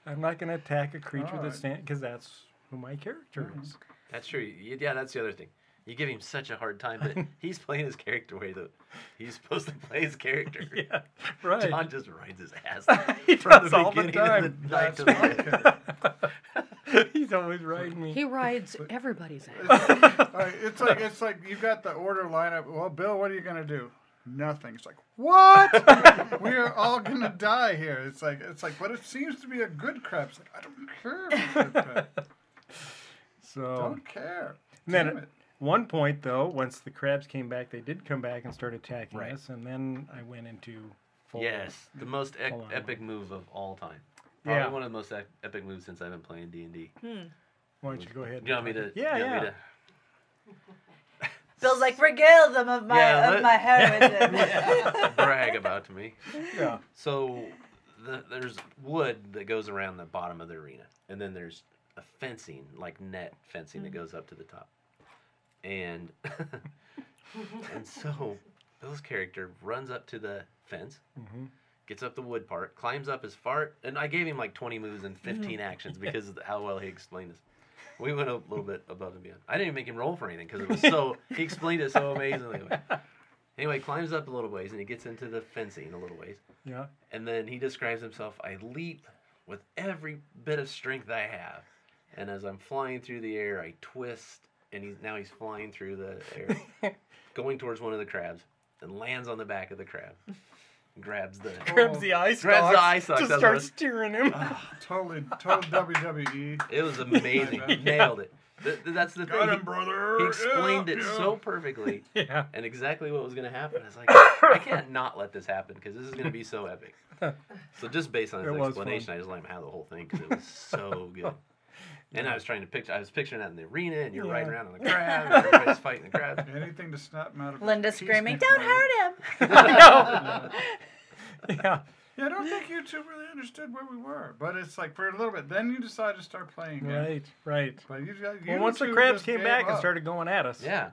Speaker 2: I'm not going to attack a creature
Speaker 4: Alright.
Speaker 2: that's standing because that's who my character is.
Speaker 6: That's true. You- Yeah, that's the other thing. You give him such a hard time, but he's playing his character way that he's supposed to play his character.
Speaker 2: Yeah, right.
Speaker 6: John just rides his ass
Speaker 2: He
Speaker 6: from
Speaker 2: does
Speaker 6: the
Speaker 2: all the
Speaker 6: beginning
Speaker 2: time.
Speaker 6: of the night to the
Speaker 4: That's
Speaker 6: end.
Speaker 4: Mm-hmm.
Speaker 2: He's always riding me.
Speaker 5: He rides everybody's ass.
Speaker 4: All right, it's like it's like you got the order lineup. Well, Bill, what are you gonna do? Nothing. It's like what? we are all gonna die here. It's like it's like, but it seems to be a good crap. It's like I don't care. If it's a good crap.
Speaker 2: So,
Speaker 4: Don't care.
Speaker 2: and then
Speaker 4: Damn
Speaker 2: at
Speaker 4: it.
Speaker 2: one point though, once the crabs came back, they did come back and start attacking
Speaker 6: Right.
Speaker 2: us, and then I went into full.
Speaker 6: Yes, the most ec-
Speaker 2: Hold on,
Speaker 6: epic move of all time. Probably
Speaker 2: Yeah.
Speaker 6: one of the most ec- epic moves since I've been playing D and D.
Speaker 2: Why don't you go ahead?
Speaker 6: You want
Speaker 2: and
Speaker 6: me
Speaker 2: talk-
Speaker 6: to?
Speaker 2: Yeah,
Speaker 6: you
Speaker 2: yeah.
Speaker 6: want me to-
Speaker 3: Bill's like, regale them of my
Speaker 6: Yeah,
Speaker 3: of
Speaker 6: let-
Speaker 3: my heroism.
Speaker 6: brag about me.
Speaker 2: Yeah.
Speaker 6: So the, there's wood that goes around the bottom of the arena, and then there's a fencing, like net fencing, that goes up to the top. And and so Bill's character runs up to the fence,
Speaker 2: Mm-hmm.
Speaker 6: gets up the wood part, climbs up as far, and I gave him like 20 moves and 15 actions because of how well he explained this. We went a little bit above and beyond. I didn't even make him roll for anything because it was so he explained it so amazingly. Anyway, climbs up a little ways and he gets into the fencing a little ways.
Speaker 2: Yeah.
Speaker 6: And then he describes himself I leap with every bit of strength I have. And as I'm flying through the air, I twist, and he's now he's flying through the air, going towards one of the crabs, and lands on the back of the crab, grabs the.
Speaker 2: Grabs the ice.
Speaker 6: Grabs the
Speaker 2: stalks,
Speaker 6: eye stalks,
Speaker 2: Just
Speaker 6: that's
Speaker 2: starts
Speaker 6: what-
Speaker 2: steering him.
Speaker 4: Totally, total E. WWE.
Speaker 6: It was amazing. Nailed it. Th- th- that's the
Speaker 4: Got
Speaker 6: thing.
Speaker 4: him, brother.
Speaker 6: He, he explained
Speaker 4: Yeah,
Speaker 6: it
Speaker 4: yeah.
Speaker 6: so perfectly.
Speaker 2: yeah.
Speaker 6: and exactly what was going to happen. I was like, I can't not let this happen because this is going to be so epic. So just based on
Speaker 2: It
Speaker 6: his
Speaker 2: was
Speaker 6: explanation, I just let him have the whole thing because it was so good. And I was trying to picture, I was picturing that in the arena, and you're riding
Speaker 2: Yeah.
Speaker 6: around on the crab, and everybody's fighting the crab.
Speaker 4: Anything to snap him out of. his
Speaker 3: Linda
Speaker 4: cheese
Speaker 3: screaming,
Speaker 4: neck,
Speaker 3: "Don't
Speaker 4: buddy."
Speaker 3: hurt him!"
Speaker 2: Yeah.
Speaker 4: Yeah, I don't think you two really understood where we were, but it's like for a little bit. Then you decided to start playing. Again.
Speaker 2: Right. Right.
Speaker 4: But you, guys- you
Speaker 2: Well, once the
Speaker 4: two
Speaker 2: crabs
Speaker 4: just
Speaker 2: came
Speaker 4: gave
Speaker 2: back and
Speaker 4: up.
Speaker 2: started going at us,
Speaker 6: Yeah,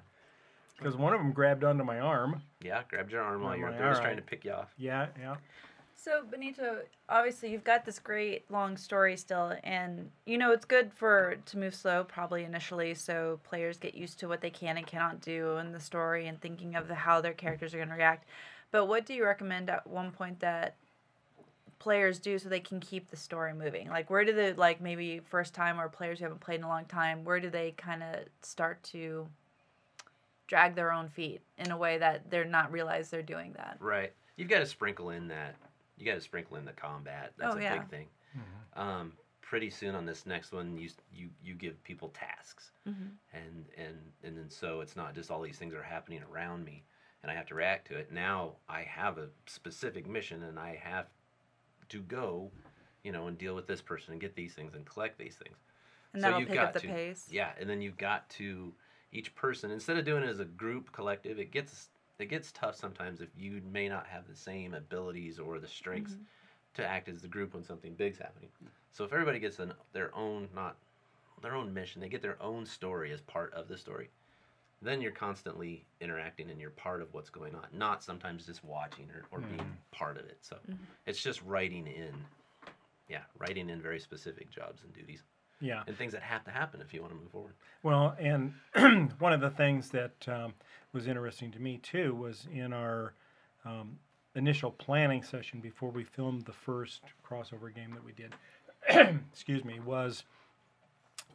Speaker 2: because one of them grabbed onto my arm.
Speaker 6: yeah. Grabbed your arm while
Speaker 2: I'm
Speaker 6: you're up
Speaker 2: like,
Speaker 6: there, just
Speaker 2: all
Speaker 6: trying to
Speaker 2: right.
Speaker 6: pick you off.
Speaker 2: Yeah, yeah.
Speaker 3: So Benito, obviously you've got this great long story still, and you know it's good for to move slow probably initially, so players get used to what they can and cannot do in the story and thinking of the, how their characters are going to react. But what do you recommend at one point that players do so they can keep the story moving? Like where do the like maybe first time or players who haven't played in a long time, where do they kind of start to drag their own feet in a way that they're not realize they're doing that?
Speaker 6: Right. You've got to sprinkle in that. You got to sprinkle in the combat. That's
Speaker 3: Oh,
Speaker 6: a
Speaker 3: yeah.
Speaker 6: big thing. Um, pretty soon on this next one, you s- you you give people tasks, and and and then so it's not just all these things are happening around me, and I have to react to it. Now I have a specific mission, and I have to go, you know, and deal with this person and get these things and collect these things.
Speaker 3: And
Speaker 6: So
Speaker 3: that'll
Speaker 6: you've
Speaker 3: pick up
Speaker 6: got
Speaker 3: the
Speaker 6: to-
Speaker 3: pace.
Speaker 6: Yeah, and then you've got to each person instead of doing it as a group collective, it gets it gets tough sometimes if you may not have the same abilities or the strengths to act as the group when something big's happening. So if everybody gets an, their own not their own mission, they get their own story as part of the story. Then you're constantly interacting and you're part of what's going on, not sometimes just watching or, or being part of it. So it's just writing in, yeah, writing in very specific jobs and duties
Speaker 2: Yeah.
Speaker 6: and things that have to happen if you want to move forward.
Speaker 2: Well, and one of the things that um, was interesting to me too was in our um, initial planning session before we filmed the first crossover game that we did. excuse me. Was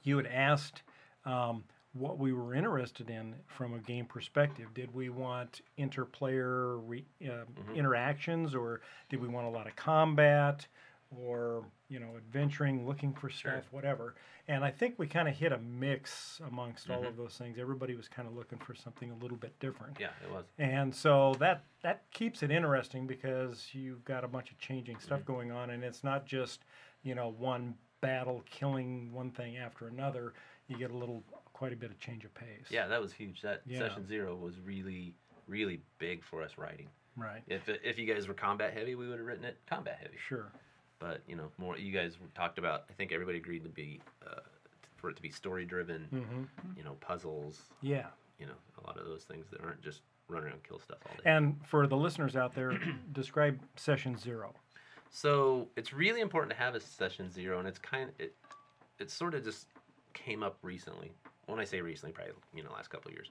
Speaker 2: you had asked um, what we were interested in from a game perspective. Did we want interplayer re, uh, interactions, or did we want a lot of combat, or you know, adventuring, looking for stuff, whatever? And I think we kind of hit a mix amongst all of those things. Everybody was kind of looking for something a little bit different.
Speaker 6: Yeah, it was.
Speaker 2: And so that that keeps it interesting because you've got a bunch of changing stuff going on, and it's not just you know one battle killing one thing after another. You get a little, quite a bit of change of pace.
Speaker 6: Yeah, that was huge. That
Speaker 2: Yeah.
Speaker 6: session zero was really, really big for us writing.
Speaker 2: Right.
Speaker 6: If it- if you guys were combat heavy, we would have written it combat heavy.
Speaker 2: Sure.
Speaker 6: But you know, more you guys talked about. I think everybody agreed to be uh, for it to be story driven. You know, puzzles,
Speaker 2: Yeah.
Speaker 6: you know, a lot of those things that aren't just run around kill stuff all day.
Speaker 2: And for the listeners out there, describe session zero.
Speaker 6: So it's really important to have a session zero, and it's kind it, it sort of just came up recently. When I say recently, probably you know last couple of years,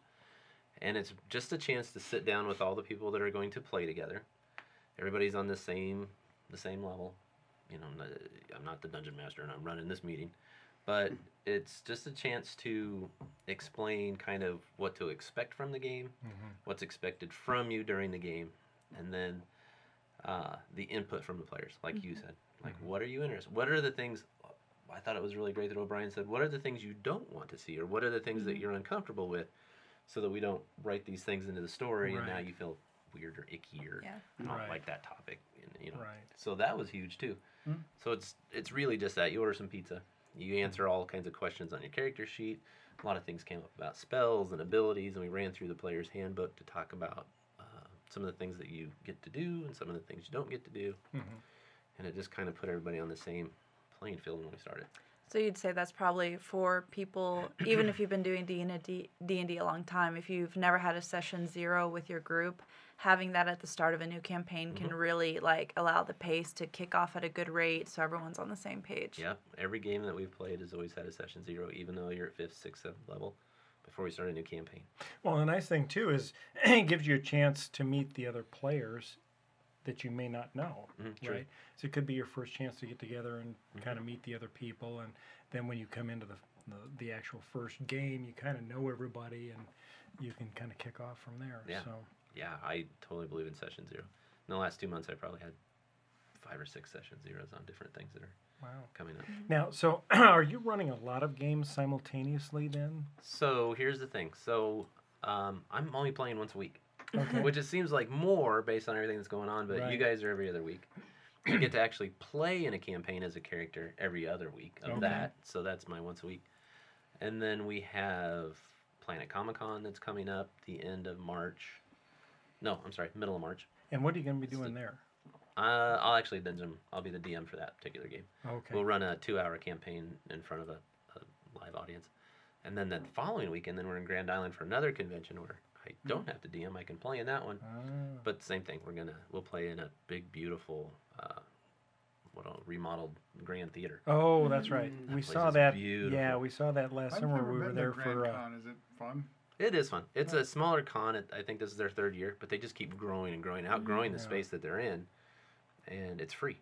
Speaker 6: and it's just a chance to sit down with all the people that are going to play together. Everybody's on the same the same level. You know, I'm not, I'm not the dungeon master, and I'm running this meeting, but it's just a chance to explain kind of what to expect from the game, what's expected from you during the game, and then uh, the input from the players, like you said. Like, what are you interested? What are the things? I thought it was really great that O'Brien said. What are the things you don't want to see, or what are the things that you're uncomfortable with, so that we don't write these things into the story and now
Speaker 2: Right.
Speaker 6: you feel weird or icky or
Speaker 3: Yeah.
Speaker 6: I don't
Speaker 2: Right.
Speaker 6: like that topic. and, You know,
Speaker 2: Right.
Speaker 6: so that was huge too. So it's it's really just that you order some pizza, you answer all kinds of questions on your character sheet. A lot of things came up about spells and abilities, and we ran through the player's handbook to talk about uh, some of the things that you get to do and some of the things you don't get to do. And it just kind of put everybody on the same playing field when we started.
Speaker 3: So you'd say that's probably for people, even if you've been doing D and D and D a long time. If you've never had a session zero with your group, having that at the start of a new campaign can really like allow the pace to kick off at a good rate, so everyone's on the same page.
Speaker 6: Yep. Every game that we've played has always had a session zero, even though you're at fifth, sixth, seventh level before we start a new campaign.
Speaker 2: Well, the nice thing too is it gives you a chance to meet the other players that you may not know,
Speaker 6: Mm-hmm, true. Mm-hmm.
Speaker 2: right? So it could be your first chance to get together and kind of meet the other people, and then when you come into the the, the actual first game, you kind of know everybody, and you can kind of kick off from there.
Speaker 6: Yeah.
Speaker 2: So
Speaker 6: Yeah, I totally believe in session zero. In the last two months, I probably had five or six session zeros on different things that are
Speaker 2: wow.
Speaker 6: coming up.
Speaker 2: Now, so are you running a lot of games simultaneously then?
Speaker 6: So here's the thing. So um, I'm only playing once a week,
Speaker 2: Okay.
Speaker 6: which it seems like more based on everything that's going on. But you
Speaker 2: Right.
Speaker 6: guys are every other week. You get to actually play in a campaign as a character every other week of
Speaker 2: Okay.
Speaker 6: that. So that's my once a week. And then we have Planet Comic Con that's coming up the end of March. No, I'm sorry, middle of March.
Speaker 2: And what are you going to be
Speaker 6: the-
Speaker 2: doing there?
Speaker 6: Uh, I'll actually dungeon. I'll be the DM for that particular game.
Speaker 2: Okay.
Speaker 6: We'll run a two-hour campaign in front of a, a live audience, and then that following weekend, then we're in Grand Island for another convention where I
Speaker 2: Hmm.
Speaker 6: don't have to DM. I can play in that one,
Speaker 2: Ah,
Speaker 6: but same thing. We're gonna we'll play in a big, beautiful, uh, what a remodeled Grand Theater.
Speaker 2: Oh, that's right. We
Speaker 6: Mm. place
Speaker 2: saw
Speaker 6: is
Speaker 2: that. Yeah,
Speaker 6: beautiful.
Speaker 2: we saw that last
Speaker 4: I've
Speaker 2: summer.
Speaker 4: never
Speaker 2: We were
Speaker 4: been
Speaker 2: there
Speaker 4: to
Speaker 2: for.
Speaker 4: Grand
Speaker 2: Uh,
Speaker 4: Con. Is it fun?
Speaker 6: It is fun. It's a smaller con. It, I think this is their third year, but they just keep growing and growing, outgrowing the
Speaker 2: Mm-hmm. Yeah.
Speaker 6: space that they're in, and it's free.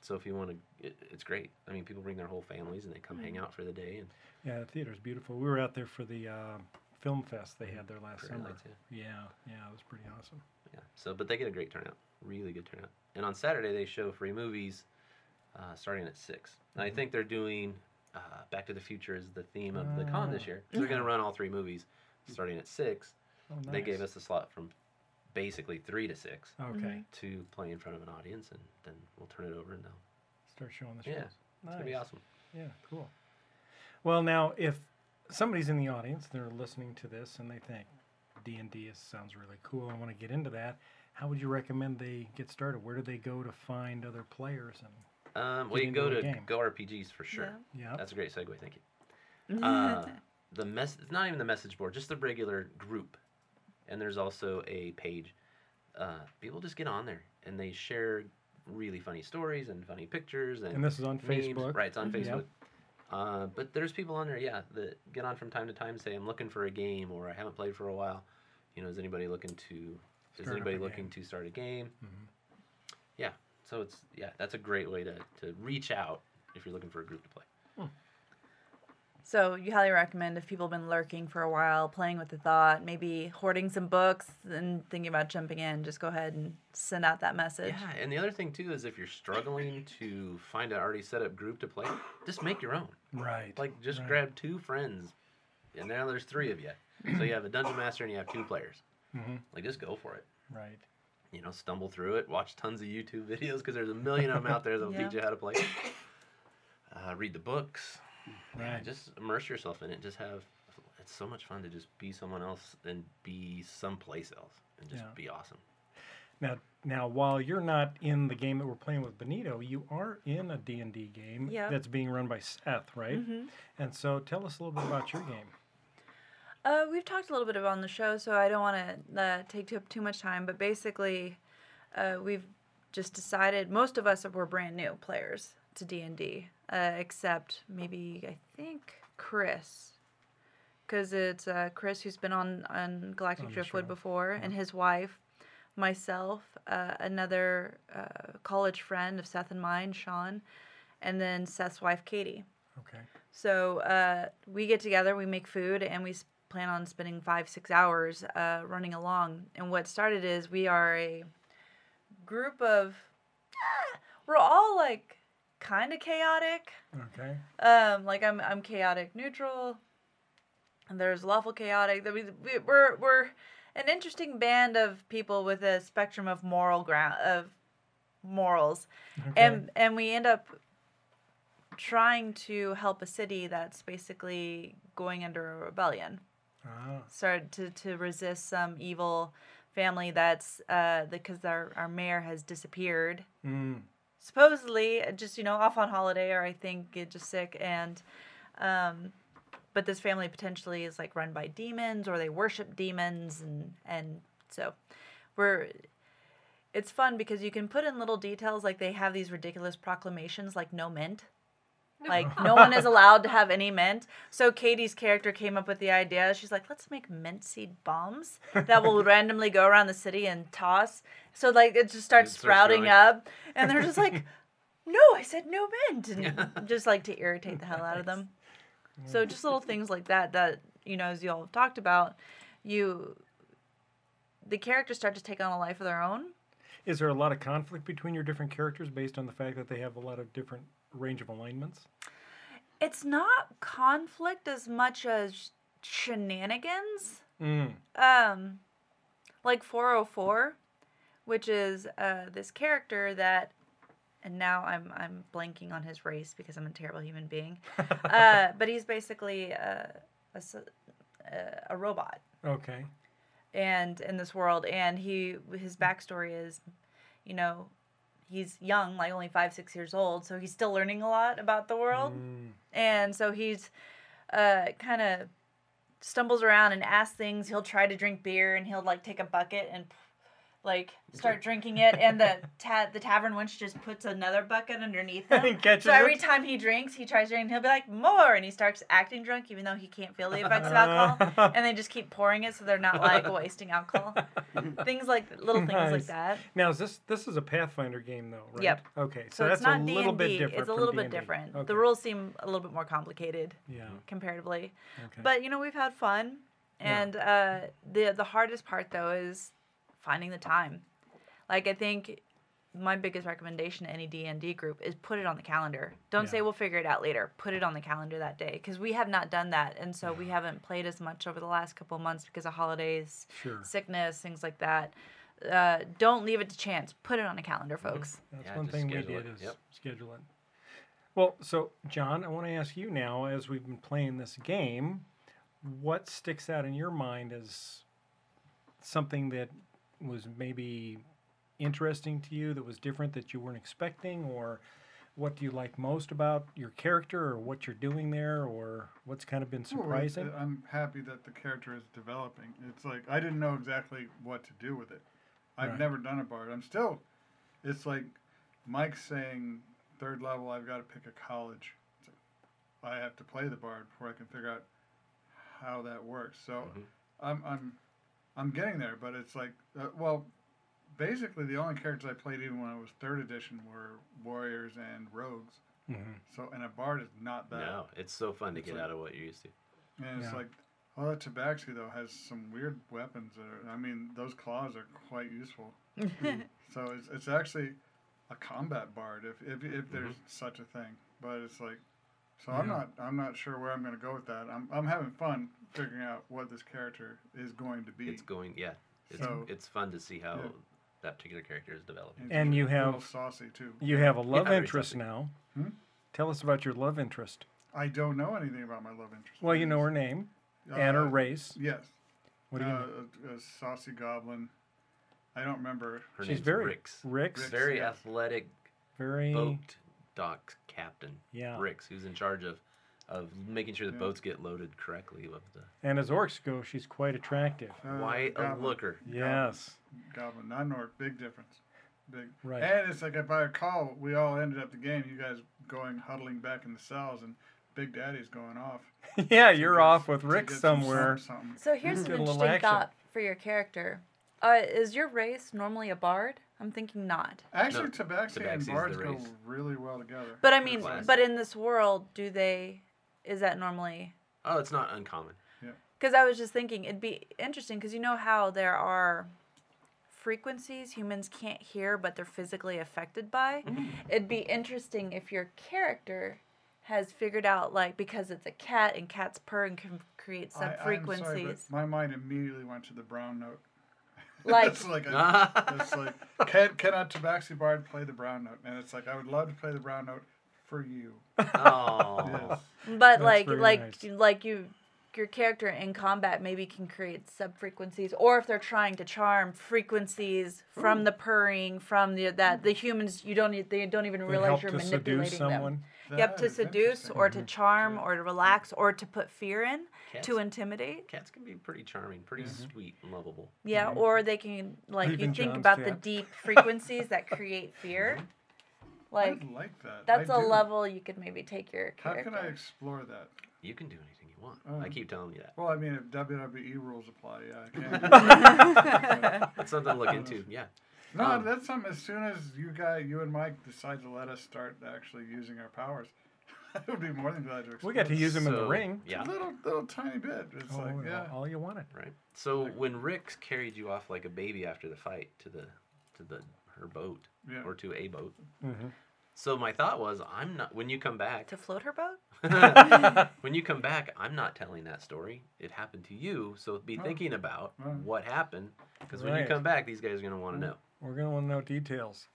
Speaker 6: So if you want to, it, it's great. I mean, people bring their whole families and they come
Speaker 2: Hmm.
Speaker 6: hang out for the day and
Speaker 2: yeah, the theater's beautiful. We were out there for the uh, film fest they had there last
Speaker 6: Prairie
Speaker 2: summer.
Speaker 6: Lights, yeah.
Speaker 2: yeah, yeah, it was pretty awesome.
Speaker 6: Yeah. So, but they get a great turnout, really good turnout. And on Saturday they show free movies, uh, starting at 6 And
Speaker 2: Mm-hmm.
Speaker 6: I think they're doing uh, Back to the Future is the theme of the con this
Speaker 2: Ah.
Speaker 6: year. So they're going to run all three movies starting at six.
Speaker 2: Oh, nice.
Speaker 6: They gave us a slot from basically three to six
Speaker 2: Okay,
Speaker 6: to play in front of an audience, and then we'll turn it over and they'll.
Speaker 2: start showing the shows.
Speaker 6: Yeah, it's
Speaker 2: nice.
Speaker 6: It's gonna be awesome.
Speaker 2: Yeah, cool. Well, now if somebody's in the audience, they're listening to this, and they think D and D sounds really cool. I want to get into that. How would you recommend they get started? Where do they go to find other players? And
Speaker 6: Um, well,
Speaker 2: Get
Speaker 6: you can go
Speaker 2: into
Speaker 6: to
Speaker 2: a game.
Speaker 6: Go RPGs for sure.
Speaker 2: yeah,
Speaker 6: That's a great segue. Thank you. Uh, the mess. It's not even the message board. Just the regular group, and there's also a page. Uh, people just get on there and they share really funny stories and funny pictures and.
Speaker 2: and this is on
Speaker 6: memes.
Speaker 2: Facebook.
Speaker 6: Right, it's on
Speaker 2: Mhm.
Speaker 6: Facebook. Uh, but there's people on there, yeah, that get on from time to time. Say, I'm looking for a game, or I haven't played for a while. You know, is anybody looking to?
Speaker 2: Start
Speaker 6: is
Speaker 2: up
Speaker 6: anybody
Speaker 2: a
Speaker 6: looking to start a game?
Speaker 2: Mm-hmm.
Speaker 6: Yeah. So it's yeah, that's a great way to to reach out if you're looking for a group to play.
Speaker 3: So you highly recommend if people have been lurking for a while, playing with the thought, maybe hoarding some books and thinking about jumping in, just go ahead and send out that message.
Speaker 6: Yeah, and the other thing too is if you're struggling to find an already set up group to play, just make your own.
Speaker 2: Right.
Speaker 6: Like just
Speaker 2: right.
Speaker 6: grab two friends, and now there's three of you. So you have a dungeon master and you have two players.
Speaker 2: Mhm.
Speaker 6: Like just go for it.
Speaker 2: Right.
Speaker 6: You know, stumble through it. Watch tons of YouTube videos because there's a million of them out there that'll
Speaker 3: Yeah.
Speaker 6: teach you how to play. Uh, read the books. Yeah,
Speaker 2: Right.
Speaker 6: just immerse yourself in it. Just have. It's so much fun to just be someone else and be someplace else and just
Speaker 2: Yeah.
Speaker 6: be awesome.
Speaker 2: Now, now, while you're not in the game that we're playing with Benito, you are in a D&D game
Speaker 3: Yep. Mm-hmm.
Speaker 2: that's being run by Seth, right? And so tell us a little bit about your game.
Speaker 3: Uh, we've talked a little bit about on the show, so I don't want to uh, take too, too much time. But basically, uh, we've just decided most of us were brand new players to D and D, uh, except maybe I think Chris, because it's uh, Chris who's been on on Galactic
Speaker 2: On the
Speaker 3: Driftwood
Speaker 2: show.
Speaker 3: before, and his wife, myself, uh, another uh, college friend of Seth and mine, Sean, and then Seth's wife, Katie.
Speaker 2: Okay.
Speaker 3: So uh, we get together, we make food, and we s- plan on spending five, six hours uh, running along. And what started is we are a group of, ah, we're all like kind of chaotic.
Speaker 2: Okay.
Speaker 3: Um, like I'm, I'm chaotic neutral. And there's lawful chaotic. I mean, we- We're, we're an interesting band of people with a spectrum of moral ground of morals
Speaker 2: okay.
Speaker 3: and and we end up trying to help a city that's basically going under a rebellion
Speaker 2: Ah,
Speaker 3: start to, to resist some evil family that's uh because our our mayor has disappeared
Speaker 2: mm,
Speaker 3: supposedly uh, just you know off on holiday or i think get just sick and um but this family potentially is like run by demons or they worship demons and and so we're it's fun because you can put in little details like they have these ridiculous proclamations like no mint like no one is allowed to have any mint so katie's character came up with the idea she's like let's make mint seed bombs that will randomly go around the city and toss so like it just starts
Speaker 6: It starts
Speaker 3: sprouting
Speaker 6: growing.
Speaker 3: up and they're just like no i said no mint and just like to irritate the hell out of them so just little things like that that you know as you all have talked about you the characters start to take on a life of their own
Speaker 2: Is there a lot of conflict between your different characters based on the fact that they have a lot of different range of alignments?
Speaker 3: it's not conflict as much as shenanigans
Speaker 2: Mm.
Speaker 3: um like 404 which is uh this character that and now i'm i'm blanking on his race because i'm a terrible human being uh but he's basically uh, a s- uh, a robot
Speaker 2: Okay.
Speaker 3: and in this world and he his
Speaker 2: Hmm.
Speaker 3: backstory is you know he's young like only five six years old so he's still learning a lot about the world
Speaker 2: Mm,
Speaker 3: and so he's uh, kind of stumbles around and asks things he'll try to drink beer and he'll like take a bucket and like start drinking it and the ta- the tavern wench just puts another bucket underneath him
Speaker 2: And catches
Speaker 3: so every
Speaker 2: it.
Speaker 3: time he drinks he tries to drink and he'll be like more and he starts acting drunk even though he can't feel the effects of alcohol and they just keep pouring it so they're not like wasting alcohol things like little things like
Speaker 2: Nice.
Speaker 3: that
Speaker 2: Now is this this is a Pathfinder game though, right?
Speaker 3: Yep.
Speaker 2: Okay, so,
Speaker 3: so,
Speaker 2: that's
Speaker 3: it's not
Speaker 2: a
Speaker 3: D&D
Speaker 2: little bit different.
Speaker 3: it's a
Speaker 2: from
Speaker 3: little bit
Speaker 2: D&D.
Speaker 3: different
Speaker 2: Okay.
Speaker 3: the rules seem a little bit more complicated
Speaker 2: Yeah.
Speaker 3: comparatively
Speaker 2: Okay.
Speaker 3: But you know, we've had fun,
Speaker 2: Yeah.
Speaker 3: and uh, the the hardest part though is finding the time. Like I think my biggest recommendation to any D and D group is put it on the calendar. Don't say
Speaker 2: Yeah.
Speaker 3: we'll figure it out later. Put it on the calendar that day because we have not done that, and so we haven't played as much over the last couple of months because of holidays,
Speaker 2: sure.
Speaker 3: sickness, things like that. Uh, don't leave it to chance. Put it on a calendar,
Speaker 2: Mm-hmm.
Speaker 3: folks.
Speaker 2: That's
Speaker 6: Yeah,
Speaker 2: one
Speaker 6: just
Speaker 2: thing we
Speaker 6: schedule
Speaker 2: did
Speaker 6: it.
Speaker 2: is
Speaker 6: Yep.
Speaker 2: schedule it. Well, so John, I want to ask you now, as we've been playing this game, what sticks out in your mind as something that was maybe interesting to you, that was different, that you weren't expecting, or what do you like most about your character, or what you're doing there, or what's kind of been surprising?
Speaker 4: Well, uh, I'm happy that the character is developing. It's like I didn't know exactly what to do with it. I've
Speaker 2: Right.
Speaker 4: never done a bard. I'm still. It's like Mike's saying, third level. I've got to pick a college. It's like, I have to play the bard before I can figure out how that works. So I'm I'm I'm getting there, but it's like uh, well, basically the only characters I played even when I was third edition were warriors and rogues.
Speaker 2: Mhm.
Speaker 4: So and a bard is not that.
Speaker 6: No, it's so fun to
Speaker 4: It's
Speaker 6: get
Speaker 4: like-
Speaker 6: out of what you're used to.
Speaker 4: And it's
Speaker 2: Yeah.
Speaker 4: like, oh, that Tabaxi though has some weird weapons that are. I mean, those claws are quite useful. so it's it's actually a combat bard if if, if there's such a thing. But it's like, so I'm
Speaker 2: Mm-hmm. Yeah.
Speaker 4: not I'm not sure where I'm gonna go with that. I'm I'm having fun figuring out what this character is going to be.
Speaker 6: It's going, yeah. It's
Speaker 4: So-
Speaker 6: it's fun to see how
Speaker 4: Yeah.
Speaker 6: that particular character is developing.
Speaker 4: it's
Speaker 2: And you
Speaker 4: a little
Speaker 2: have-
Speaker 4: saucy too.
Speaker 2: You have a love
Speaker 6: very
Speaker 2: interest
Speaker 6: something.
Speaker 2: now.
Speaker 4: Hmm?
Speaker 2: Tell us about your love interest.
Speaker 4: I don't know anything about my love interest. Uh,
Speaker 2: Well, you know her name and her race.
Speaker 4: Yes.
Speaker 2: What do you
Speaker 4: uh,
Speaker 2: know?
Speaker 4: a, a saucy goblin. I don't remember.
Speaker 6: Her
Speaker 2: She's
Speaker 6: name's
Speaker 2: very
Speaker 6: Rix.
Speaker 2: Rix,
Speaker 4: Rix.
Speaker 6: Very
Speaker 4: yeah.
Speaker 6: athletic
Speaker 2: very
Speaker 6: boat dock captain.
Speaker 2: Yeah.
Speaker 6: Rix, who's in charge of of making sure the boats get loaded correctly. Of the
Speaker 2: And as orcs go, she's quite attractive.
Speaker 4: Uh,
Speaker 6: why
Speaker 2: oh,
Speaker 6: a
Speaker 4: goblin-
Speaker 6: looker.
Speaker 2: Yes.
Speaker 4: Goblin, not North. Big difference. Big.
Speaker 2: Right.
Speaker 4: And it's like if I recall, we all ended up the game. You guys going huddling back in the cells, and Big Daddy's going off.
Speaker 2: yeah,
Speaker 4: to
Speaker 2: you're
Speaker 4: get-
Speaker 2: off with
Speaker 4: to
Speaker 2: Rick
Speaker 4: get some
Speaker 2: somewhere.
Speaker 4: Something.
Speaker 3: So here's
Speaker 2: Get
Speaker 3: an
Speaker 2: a little
Speaker 3: interesting
Speaker 2: action.
Speaker 3: thought for your character. Uh, is your race normally a bard? I'm thinking not.
Speaker 4: Actually,
Speaker 6: No,
Speaker 4: Tabaxi
Speaker 6: Tabaxi's
Speaker 4: and
Speaker 6: the
Speaker 4: bards go
Speaker 6: race.
Speaker 4: really well together.
Speaker 3: But I mean,
Speaker 6: Class.
Speaker 3: but in this world, do they? Is that normally?
Speaker 6: Oh, it's not uncommon.
Speaker 3: Because I was just thinking it'd be interesting because you know how there are frequencies humans can't hear but they're physically affected by.
Speaker 2: Mm-hmm.
Speaker 3: It'd be interesting if your character has figured out like because it's a cat and cats purr and can create
Speaker 4: I- I'm
Speaker 3: subfrequencies.
Speaker 4: sorry, but my mind immediately went to the brown note.
Speaker 3: Like
Speaker 4: it's like a, it's like can cannot Tabaxi Bard play the brown note? And it's like I would love to play the brown note for you.
Speaker 6: oh,
Speaker 4: Yes.
Speaker 3: But
Speaker 2: That's
Speaker 3: like
Speaker 2: very
Speaker 3: like
Speaker 2: nice.
Speaker 3: you- like you your character in combat maybe can create subfrequencies or if they're trying to charm frequencies from the purring from the that the humans you don't e- they don't even
Speaker 2: They help
Speaker 3: realize you're
Speaker 2: to seduce
Speaker 3: manipulating
Speaker 2: someone.
Speaker 3: them. yep,
Speaker 4: That
Speaker 3: to
Speaker 4: is
Speaker 3: seduce
Speaker 4: interesting.
Speaker 3: or to charm or to relax or to put fear in, to
Speaker 6: Cats.
Speaker 3: intimidate.
Speaker 6: cats can be pretty charming, pretty sweet and lovable.
Speaker 3: Yeah, or they can like
Speaker 2: Even
Speaker 3: you think
Speaker 2: John's
Speaker 3: about the
Speaker 2: cat.
Speaker 3: deep frequencies that create fear. Like
Speaker 4: I like that.
Speaker 3: that's
Speaker 4: a
Speaker 3: a level you could maybe take your
Speaker 4: How
Speaker 3: character.
Speaker 4: can I explore that?
Speaker 6: You can do anything you want.
Speaker 4: Oh.
Speaker 6: I keep telling you that.
Speaker 4: Well, I mean, if WWE rules apply, yeah, I can. do that.
Speaker 6: That's something to look into. Yeah.
Speaker 4: no,
Speaker 6: Um,
Speaker 4: that's something. As soon as you guys, you and Mike, decide to let us start actually using our powers, I would be more than glad to.
Speaker 2: We got to
Speaker 4: explore
Speaker 2: use him in the
Speaker 6: So,
Speaker 2: ring.
Speaker 6: Yeah.
Speaker 4: A little, little tiny bit. It's
Speaker 2: Oh,
Speaker 4: like,
Speaker 2: and
Speaker 4: yeah.
Speaker 2: all- all you wanted.
Speaker 6: Right. So when Rick carried you off like a baby after the fight to the to the her boat
Speaker 4: Yeah.
Speaker 6: or to a boat. So my thought was, I'm not. When you come back,
Speaker 3: to float her boat?
Speaker 6: when you come back, I'm not telling that story. It happened to you. So be
Speaker 4: Oh.
Speaker 6: thinking about
Speaker 4: Right.
Speaker 6: what happened, because when
Speaker 2: Right.
Speaker 6: you come back, these guys are gonna want to know.
Speaker 2: We're gonna want to know details.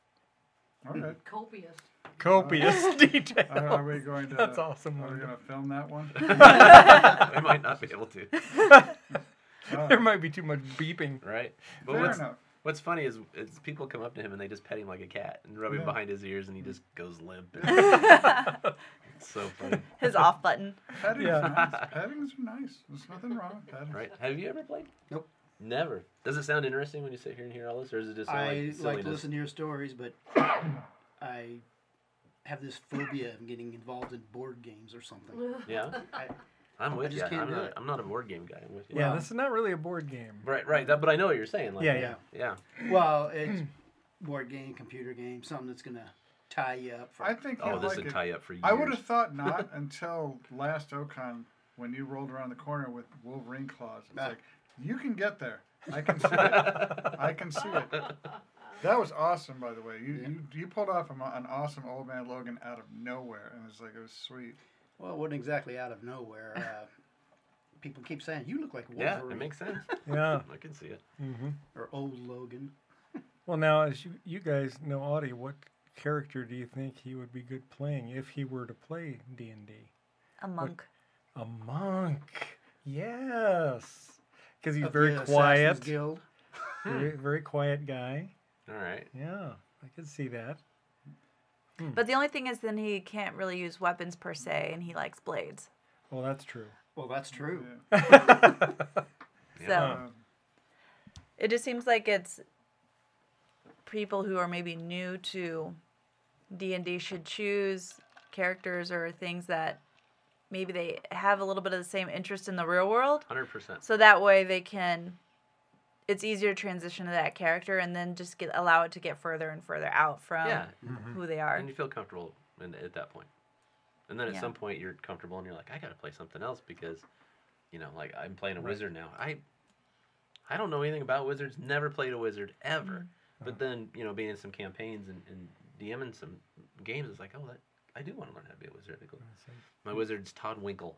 Speaker 4: All right.
Speaker 5: Copious.
Speaker 2: Copious detail.
Speaker 4: Are, are we going to?
Speaker 2: That's awesome,
Speaker 4: Are we
Speaker 2: Morgan.
Speaker 4: going to film that one?
Speaker 6: we might not be able to.
Speaker 4: uh,
Speaker 2: there might be too much beeping.
Speaker 6: Right. But
Speaker 4: Fair
Speaker 6: what's
Speaker 4: Oh, enough.
Speaker 6: what's funny is, is people come up to him and they just pet him like a cat and rub him
Speaker 4: Yeah.
Speaker 6: behind his ears and he just goes limp. And it's so funny.
Speaker 3: His off button.
Speaker 4: Padding's
Speaker 2: Yeah.
Speaker 4: nice. Paddings are nice. There's nothing wrong with paddings.
Speaker 6: Right? Have you ever played?
Speaker 7: Nope.
Speaker 6: Never. Does it sound interesting when you sit here and hear all this, or is it just sound
Speaker 7: I
Speaker 6: like
Speaker 7: like
Speaker 6: silliness?
Speaker 7: to listen to your stories, but I have this phobia of getting involved in board games or something.
Speaker 6: Yeah,
Speaker 7: I,
Speaker 6: I'm with
Speaker 7: just
Speaker 6: you.
Speaker 7: can't
Speaker 6: I'm
Speaker 7: do
Speaker 6: not.
Speaker 7: it.
Speaker 6: I'm not a board game guy. I'm with you.
Speaker 2: Yeah,
Speaker 7: Well-
Speaker 2: this is not really a board game.
Speaker 6: Right, right. That, but I know what you're saying. Like,
Speaker 2: Yeah, yeah.
Speaker 6: yeah.
Speaker 7: well, it's board game, computer game, something that's gonna tie you up. For,
Speaker 4: I think
Speaker 6: Oh,
Speaker 4: you'd
Speaker 6: this
Speaker 4: like
Speaker 6: would
Speaker 4: it.
Speaker 6: tie up for years.
Speaker 4: I would have thought not until last Ocon when you rolled around the corner with Wolverine claws. It's
Speaker 7: Ah.
Speaker 4: like you can get there. I can see it. I can see it. That was awesome, by the way. You
Speaker 7: Yeah.
Speaker 4: you, you pulled off an, an awesome old man Logan out of nowhere, and it's like it was sweet.
Speaker 7: well, it wasn't exactly out of nowhere. Uh, people keep saying you look like
Speaker 6: Yeah,
Speaker 7: Wolverine
Speaker 6: it makes sense.
Speaker 2: Yeah.
Speaker 6: I can see it.
Speaker 7: or old Logan.
Speaker 2: Well, now as you you guys know, Audie, what character do you think he would be good playing if he were to play D and D?
Speaker 3: A monk.
Speaker 2: A monk. Yes. Because he's
Speaker 7: Of
Speaker 2: very
Speaker 7: the Assassin's
Speaker 2: quiet, Hmm.
Speaker 7: Guild.
Speaker 2: very, very quiet guy.
Speaker 6: All right.
Speaker 2: Yeah, I could see that.
Speaker 3: But the only thing is, then he can't really use weapons per se, and he likes blades.
Speaker 2: Well, that's true.
Speaker 7: Well, that's true.
Speaker 3: So
Speaker 4: Um,
Speaker 3: it just seems like it's people who are maybe new to D and D should choose characters or things that maybe they have a little bit of the same interest in the real world,
Speaker 6: Hundred percent.
Speaker 3: so that way they can. It's easier to transition to that character and then just get allow it to get further and further out from
Speaker 6: Yeah.
Speaker 3: who they are.
Speaker 6: And you feel comfortable in, at that point. And then at
Speaker 3: Yeah.
Speaker 6: some point you're comfortable and you're like, I gotta play something else because, you know, like I'm playing a wizard now. I, I don't know anything about wizards. Never played a wizard ever. But then you know, being in some campaigns and, and DMing some games, it's like, oh, that I do want to learn how to be a wizard. Cool. My wizard's Todd Winkle.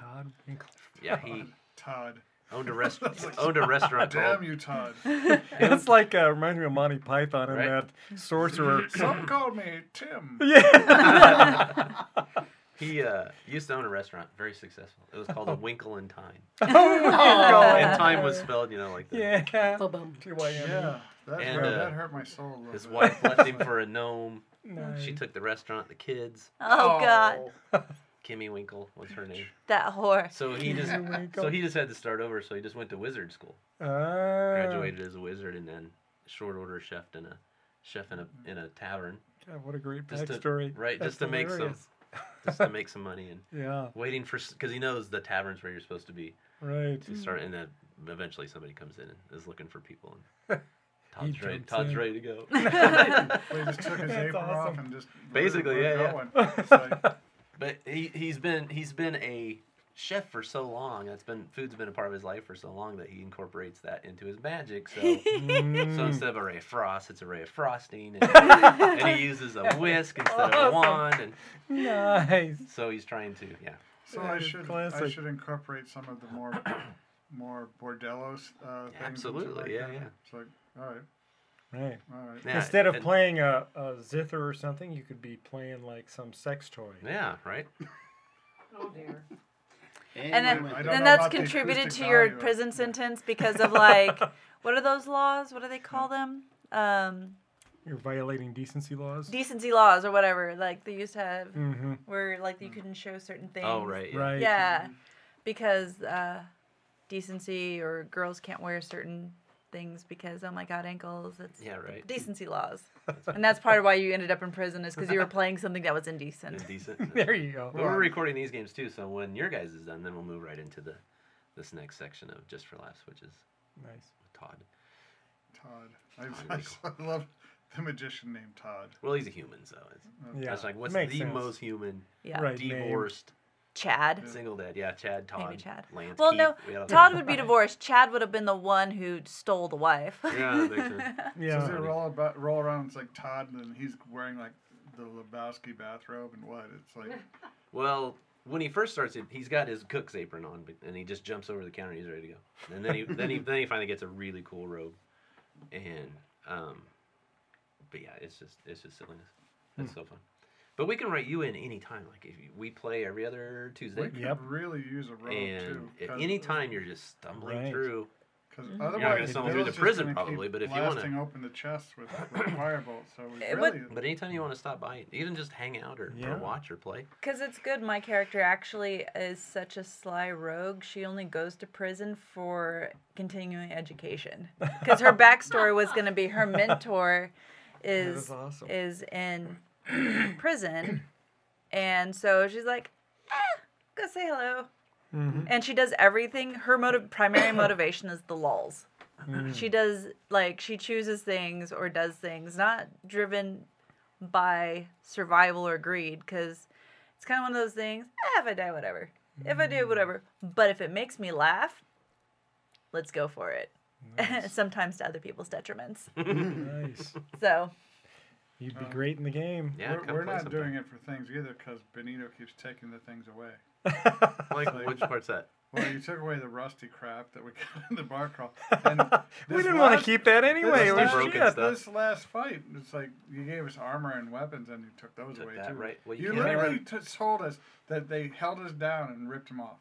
Speaker 2: Todd Winkle.
Speaker 6: Yeah, he
Speaker 4: Todd.
Speaker 6: owned a rest owned a restaurant.
Speaker 4: Damn
Speaker 6: called,
Speaker 4: you, Todd.
Speaker 2: It's like uh, reminds me of Monty Python and
Speaker 6: Right?
Speaker 2: that sorcerer.
Speaker 4: Some called me Tim.
Speaker 6: He uh, used to own a restaurant, very successful. It was
Speaker 2: Oh.
Speaker 6: called a Winkle and Time.
Speaker 2: yeah.
Speaker 6: And time was spelled, you know, like the,
Speaker 2: Oh, Yeah.
Speaker 5: Ba-bum.
Speaker 2: TYM.
Speaker 4: Yeah, that,
Speaker 6: And,
Speaker 4: hurt,
Speaker 6: uh,
Speaker 4: that hurt my soul a little
Speaker 6: His
Speaker 4: bit.
Speaker 6: wife left him for a gnome.
Speaker 2: Nice.
Speaker 6: She took the restaurant, the kids.
Speaker 3: Oh God!
Speaker 6: Kimmy Winkle was her name.
Speaker 3: That whore.
Speaker 6: So he just
Speaker 2: Winkle.
Speaker 6: so he just had to start over. So he just went to wizard school,
Speaker 2: Graduated.
Speaker 6: graduated as a wizard, and then short order chef in a chef in a in a tavern.
Speaker 2: God, what a great
Speaker 6: Just to-
Speaker 2: backstory.
Speaker 6: right,
Speaker 2: That's
Speaker 6: just to make some-
Speaker 2: hilarious.
Speaker 6: just to make some money and
Speaker 2: Yeah,
Speaker 6: waiting for because he knows the taverns where you're supposed to be
Speaker 2: right.
Speaker 6: to start and then eventually somebody comes in and is looking for people and
Speaker 2: He
Speaker 6: Todd's ready
Speaker 2: jumps
Speaker 6: Todd's
Speaker 2: in.
Speaker 6: ready to go
Speaker 4: Well, he just took his
Speaker 2: That's
Speaker 4: apron off
Speaker 2: awesome.
Speaker 4: and just let it-
Speaker 6: Basically,
Speaker 4: let it
Speaker 6: yeah,
Speaker 4: go
Speaker 6: yeah.
Speaker 4: and it's like,
Speaker 6: but he he's been he's been a chef for so long that's been food's been a part of his life for so long that he incorporates that into his magic so So
Speaker 2: Mm.
Speaker 6: instead of a ray of frost, it's a ray of frosting, and, and he uses a whisk instead of a
Speaker 2: Awesome.
Speaker 6: wand, and
Speaker 2: nice.
Speaker 6: so he's trying to, yeah.
Speaker 4: so I
Speaker 2: Yeah,
Speaker 4: should I
Speaker 2: classic.
Speaker 4: should incorporate some of the more more bordellos uh, things. into
Speaker 6: Absolutely,
Speaker 4: my
Speaker 6: yeah,
Speaker 4: cooking.
Speaker 6: yeah.
Speaker 4: It's like all right,
Speaker 2: Right.
Speaker 4: all right.
Speaker 6: yeah
Speaker 2: Instead of
Speaker 6: and-
Speaker 2: playing a, a zither or something, you could be playing like some sex toy.
Speaker 6: yeah, right.
Speaker 5: Oh dear.
Speaker 3: And
Speaker 4: I
Speaker 3: then,
Speaker 4: don't know
Speaker 3: then that's
Speaker 4: about the
Speaker 3: contributed
Speaker 4: acoustic
Speaker 3: to your
Speaker 4: value of-
Speaker 3: prison sentence because of like, what are those laws? What do they call
Speaker 4: Mm-hmm.
Speaker 3: them? Um,
Speaker 2: You're violating decency laws.
Speaker 3: decency laws or whatever. Like they used to have,
Speaker 2: mm-hmm.
Speaker 3: where like you couldn't show certain things.
Speaker 6: Mm. Oh, right. Yeah.
Speaker 2: Right.
Speaker 3: Yeah, because uh, decency or girls can't wear certain things because oh my god, ankles. It's
Speaker 6: Yeah, right.
Speaker 3: decency laws, and that's part of why you ended up in prison is because you were playing something that was indecent.
Speaker 6: Indecent.
Speaker 2: There you go.
Speaker 6: But we're recording these games too, so when your guys is done, then we'll move right into the this next section of just for laughs, which is
Speaker 2: Nice.
Speaker 6: Todd.
Speaker 4: Todd. I, I just love the magician named Todd.
Speaker 6: Well, he's a human, so it's,
Speaker 2: Yeah.
Speaker 6: I was like, what's the
Speaker 2: makes sense.
Speaker 6: most human,
Speaker 3: Yeah,
Speaker 2: Right. name.
Speaker 6: divorced,
Speaker 3: Chad.
Speaker 6: single dad? Yeah, Chad, Todd,
Speaker 3: Maybe Chad.
Speaker 6: Lance,
Speaker 3: well,
Speaker 6: Keith,
Speaker 3: no,
Speaker 6: we had all-
Speaker 3: Todd would be divorced. Chad would have been the one who stole the wife.
Speaker 6: Yeah, that makes sense.
Speaker 4: So
Speaker 2: Yeah.
Speaker 4: they roll about, roll around. It's like Todd, and he's wearing like the Lebowski bathrobe and what? It's like
Speaker 6: Well, when he first starts it, he's got his cook's apron on, but, and he just jumps over the counter. and He's ready to go. And then he then he then he finally gets a really cool robe, and um, but yeah, it's just it's just silliness. It's
Speaker 4: Hmm.
Speaker 6: so fun. But we can write you in any time. Like if you, we play every other Tuesday,
Speaker 4: we could
Speaker 2: Yep.
Speaker 4: really use a robe
Speaker 6: and
Speaker 4: too.
Speaker 6: at any time you're just stumbling
Speaker 2: Right.
Speaker 6: through.
Speaker 4: Because
Speaker 3: Mm-hmm.
Speaker 6: gonna
Speaker 4: otherwise,
Speaker 6: get someone through
Speaker 4: Bill's
Speaker 6: the
Speaker 4: just
Speaker 6: prison
Speaker 4: gonna keep
Speaker 6: probably, but if you wanna-
Speaker 4: blasting open the chest with, with firebolts, so we
Speaker 3: It would-
Speaker 4: really
Speaker 6: But anytime you want to stop by, even just hang out or,
Speaker 2: Yeah.
Speaker 6: or watch or play.
Speaker 3: Because it's good. My character actually is such a sly rogue. She only goes to prison for continuing education. Because her backstory was going to be her mentor is
Speaker 2: is awesome.
Speaker 3: is in prison, and so she's like, ah, go say hello. And she does everything. Her motive, primary motivation is the lulls. She does like she chooses things or does things not driven by survival or greed because it's kind of one of those things. "Ah, if I die, whatever. If I
Speaker 2: Mm.
Speaker 3: do, whatever. But if it makes me laugh, let's go for it. Sometimes to other people's detriments.
Speaker 2: nice.
Speaker 3: so
Speaker 2: You'd be great in the game.
Speaker 6: Uh, Yeah,
Speaker 4: we're,
Speaker 6: come
Speaker 4: we're
Speaker 6: play
Speaker 4: not
Speaker 6: sometime.
Speaker 4: doing it for things either because Benito keeps taking the things away.
Speaker 6: Like which part's that?
Speaker 4: Well, you took away the rusty crap that we got in the bar crawl. And
Speaker 2: we
Speaker 4: this
Speaker 2: didn't want to
Speaker 4: last-
Speaker 2: keep that anyway.
Speaker 4: this
Speaker 2: It was
Speaker 4: last-
Speaker 6: broken
Speaker 2: shit.
Speaker 6: stuff.
Speaker 4: This last fight, it's like you gave us armor and weapons, and you took those
Speaker 6: Took
Speaker 4: away
Speaker 6: that,
Speaker 4: too.
Speaker 6: right. Well, you
Speaker 4: you
Speaker 6: can't
Speaker 4: literally t- told us that they held us down and ripped them off.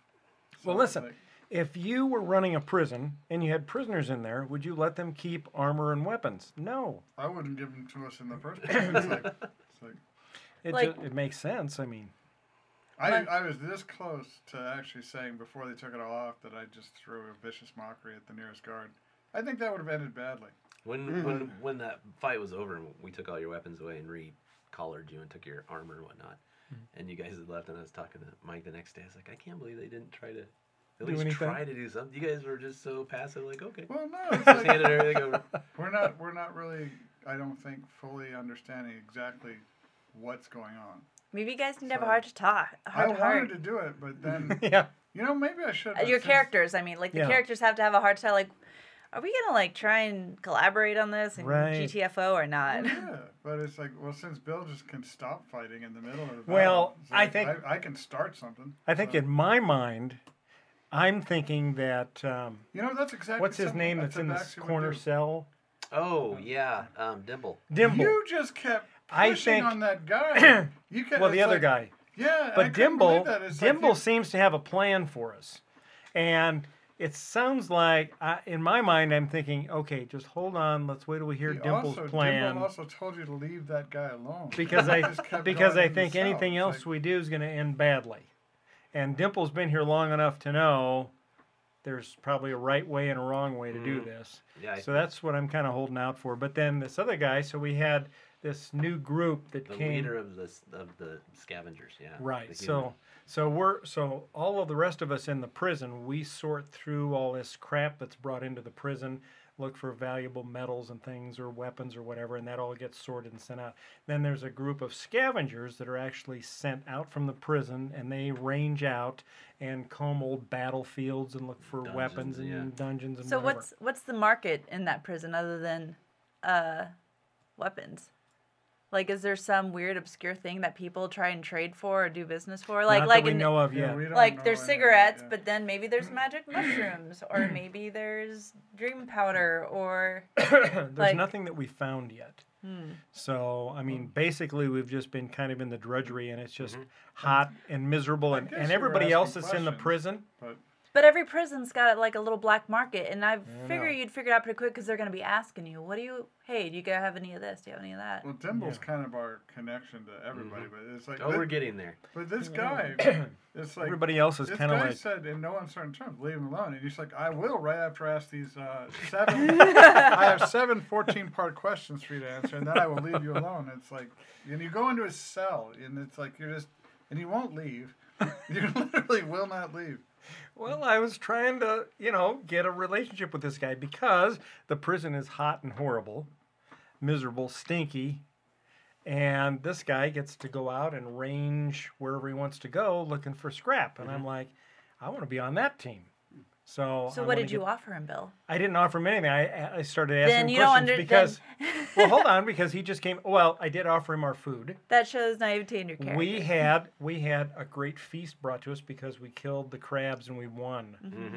Speaker 4: So
Speaker 2: Well,
Speaker 4: it's
Speaker 2: listen.
Speaker 4: like-
Speaker 2: If you were running a prison and you had prisoners in there, would you let them keep armor and weapons? No.
Speaker 4: I wouldn't give them to us in the first place. It's like, it's like
Speaker 2: It
Speaker 3: Like-
Speaker 2: ju- it makes sense. I mean,
Speaker 4: I,
Speaker 3: But-
Speaker 4: I was this close to actually saying before they took it all off that I just threw a vicious mockery at the nearest guard. I think that would have ended badly.
Speaker 6: When when when that fight was over and we took all your weapons away and re-collared you and took your armor and whatnot,
Speaker 2: Mm-hmm.
Speaker 6: and you guys had left and I was talking to Mike the next day. I was like, I can't believe they didn't try to at
Speaker 2: Do
Speaker 6: least
Speaker 2: anything?
Speaker 6: try to do something. You guys were just so passive, like okay,
Speaker 4: Well, no, it's
Speaker 6: just
Speaker 4: like,
Speaker 6: handed everything over.
Speaker 4: we're not we're not really. I don't think fully understanding exactly what's going on.
Speaker 3: maybe you guys can have a
Speaker 4: So-
Speaker 3: hard to talk. a
Speaker 4: I
Speaker 3: Hard to
Speaker 4: wanted
Speaker 3: heart.
Speaker 4: to do it, but then
Speaker 2: yeah.
Speaker 4: you know maybe I should.
Speaker 3: Uh,
Speaker 4: but
Speaker 3: your
Speaker 4: since-
Speaker 3: characters. I mean, like the
Speaker 2: Yeah.
Speaker 3: characters have to have a hard time. Like, are we gonna like try and collaborate on this and
Speaker 2: Right.
Speaker 3: GTFO or
Speaker 4: Well,
Speaker 3: not?
Speaker 4: Yeah, but it's like well, since Bill just can stop fighting in the middle of the battle,
Speaker 2: Well,
Speaker 4: it's
Speaker 2: I
Speaker 4: like,
Speaker 2: think-
Speaker 4: I, I can start something.
Speaker 2: I think
Speaker 4: so-
Speaker 2: in my mind, I'm thinking that um,
Speaker 4: You know that's exactly
Speaker 2: what's his
Speaker 4: something
Speaker 2: name
Speaker 4: I
Speaker 2: that's
Speaker 4: said
Speaker 2: in this
Speaker 4: Baxter would
Speaker 2: corner
Speaker 4: do.
Speaker 2: cell?
Speaker 6: Oh yeah, um, Dimple.
Speaker 2: Dimble.
Speaker 4: You just kept
Speaker 2: I
Speaker 4: pushing
Speaker 2: think-
Speaker 4: on that guy. You kept,
Speaker 2: well, the
Speaker 4: it's
Speaker 2: other
Speaker 4: like-
Speaker 2: guy.
Speaker 4: Yeah, I
Speaker 2: But
Speaker 4: couldn't
Speaker 2: Dimble,
Speaker 4: believe that. It's like
Speaker 2: Dimble
Speaker 4: you-
Speaker 2: seems to have a plan for us, and it sounds like I, in my mind I'm thinking, okay, just hold on, let's wait till we hear
Speaker 4: he
Speaker 2: Dimble's
Speaker 4: also,
Speaker 2: plan.
Speaker 4: Dimble also told you to leave that guy alone
Speaker 2: because
Speaker 4: You
Speaker 2: I
Speaker 4: Oh. just kept
Speaker 2: because
Speaker 4: going
Speaker 2: I
Speaker 4: in the
Speaker 2: think
Speaker 4: cell.
Speaker 2: anything
Speaker 4: It's
Speaker 2: else
Speaker 4: like,
Speaker 2: we do is going to end badly. And Dimple's been here long enough to know there's probably a right way and a wrong way to do
Speaker 4: Mm-hmm.
Speaker 6: Mhm.
Speaker 2: this.
Speaker 6: Yeah, I-
Speaker 2: So that's what I'm kind of holding out for. But then this other guy, so we had this new group that
Speaker 6: the
Speaker 2: came.
Speaker 6: leader of the s- of the scavengers. Yeah. the
Speaker 2: Right.
Speaker 6: human.
Speaker 2: So so we're so all of the rest of us in the prison, we sort through all this crap that's brought into the prison, look for valuable metals and things or weapons or whatever, and that all gets sorted and sent out. Then there's a group of scavengers that are actually sent out from the prison and they range out and comb old battlefields and look for
Speaker 6: Dungeons,
Speaker 2: weapons and
Speaker 6: yeah.
Speaker 2: dungeons and
Speaker 3: So
Speaker 2: whatever.
Speaker 3: what's what's the market in that prison other than uh, weapons? Like, is there some weird obscure thing that people try and trade for or do business for? Like,
Speaker 2: Not
Speaker 3: like
Speaker 2: that we
Speaker 3: in-
Speaker 2: know of yet.
Speaker 4: we don't know
Speaker 3: like there's
Speaker 4: any of that
Speaker 3: cigarettes,
Speaker 4: yet.
Speaker 3: but then maybe there's magic mushrooms, or maybe there's dream powder, or
Speaker 2: There's
Speaker 3: Like- Hmm.
Speaker 2: nothing that we found yet. So, I
Speaker 4: Hmm.
Speaker 2: mean, basically, we've just been kind of in the drudgery, and it's just hot and miserable,
Speaker 4: Mm-hmm. I
Speaker 2: and,
Speaker 4: guess
Speaker 2: and
Speaker 4: you were
Speaker 2: everybody
Speaker 4: asking
Speaker 2: else that's in the
Speaker 4: questions.
Speaker 2: prison.
Speaker 4: But
Speaker 3: But every prison's got like a little black market, and I
Speaker 2: I
Speaker 3: figure
Speaker 2: know.
Speaker 3: you'd figure it out pretty quick because they're gonna be asking you, "What do you? Hey, do you guys have any of this? Do you have any of that?"
Speaker 4: well, Dimble's
Speaker 2: Yeah. Mm-hmm.
Speaker 4: kind of our connection to everybody, but it's like,
Speaker 6: Oh,
Speaker 4: thi-
Speaker 6: we're getting there.
Speaker 4: but this guy, it's like
Speaker 2: everybody else is
Speaker 4: This
Speaker 2: kind of
Speaker 4: guy
Speaker 2: like,
Speaker 4: said in no uncertain terms, leave him alone. And he's like, I will right after I ask these uh, seven. I have seven 14 part questions for you to answer, and then I will leave you alone. It's like, and you go into his cell, and it's like, you're just, and you won't leave. You literally will not leave.
Speaker 2: well, I was trying to, you know, get a relationship with this guy because the prison is hot and horrible, miserable, stinky, and this guy gets to go out and range wherever he wants to go looking for scrap.
Speaker 4: Mm-hmm.
Speaker 2: And I'm like, I want to be on that team. So,
Speaker 3: So
Speaker 2: I
Speaker 3: what
Speaker 2: wanna
Speaker 3: did you
Speaker 2: get-
Speaker 3: offer him, Bill?
Speaker 2: I didn't offer him anything. I, I started asking
Speaker 3: Then
Speaker 2: him
Speaker 3: you don't
Speaker 2: questions
Speaker 3: under
Speaker 2: because.
Speaker 3: then-
Speaker 2: well, hold on, because he just came. Well, I did offer him our food.
Speaker 3: that shows naivety in your character.
Speaker 2: We had we had a great feast brought to us because we killed the crabs and we won,
Speaker 6: Mm-hmm.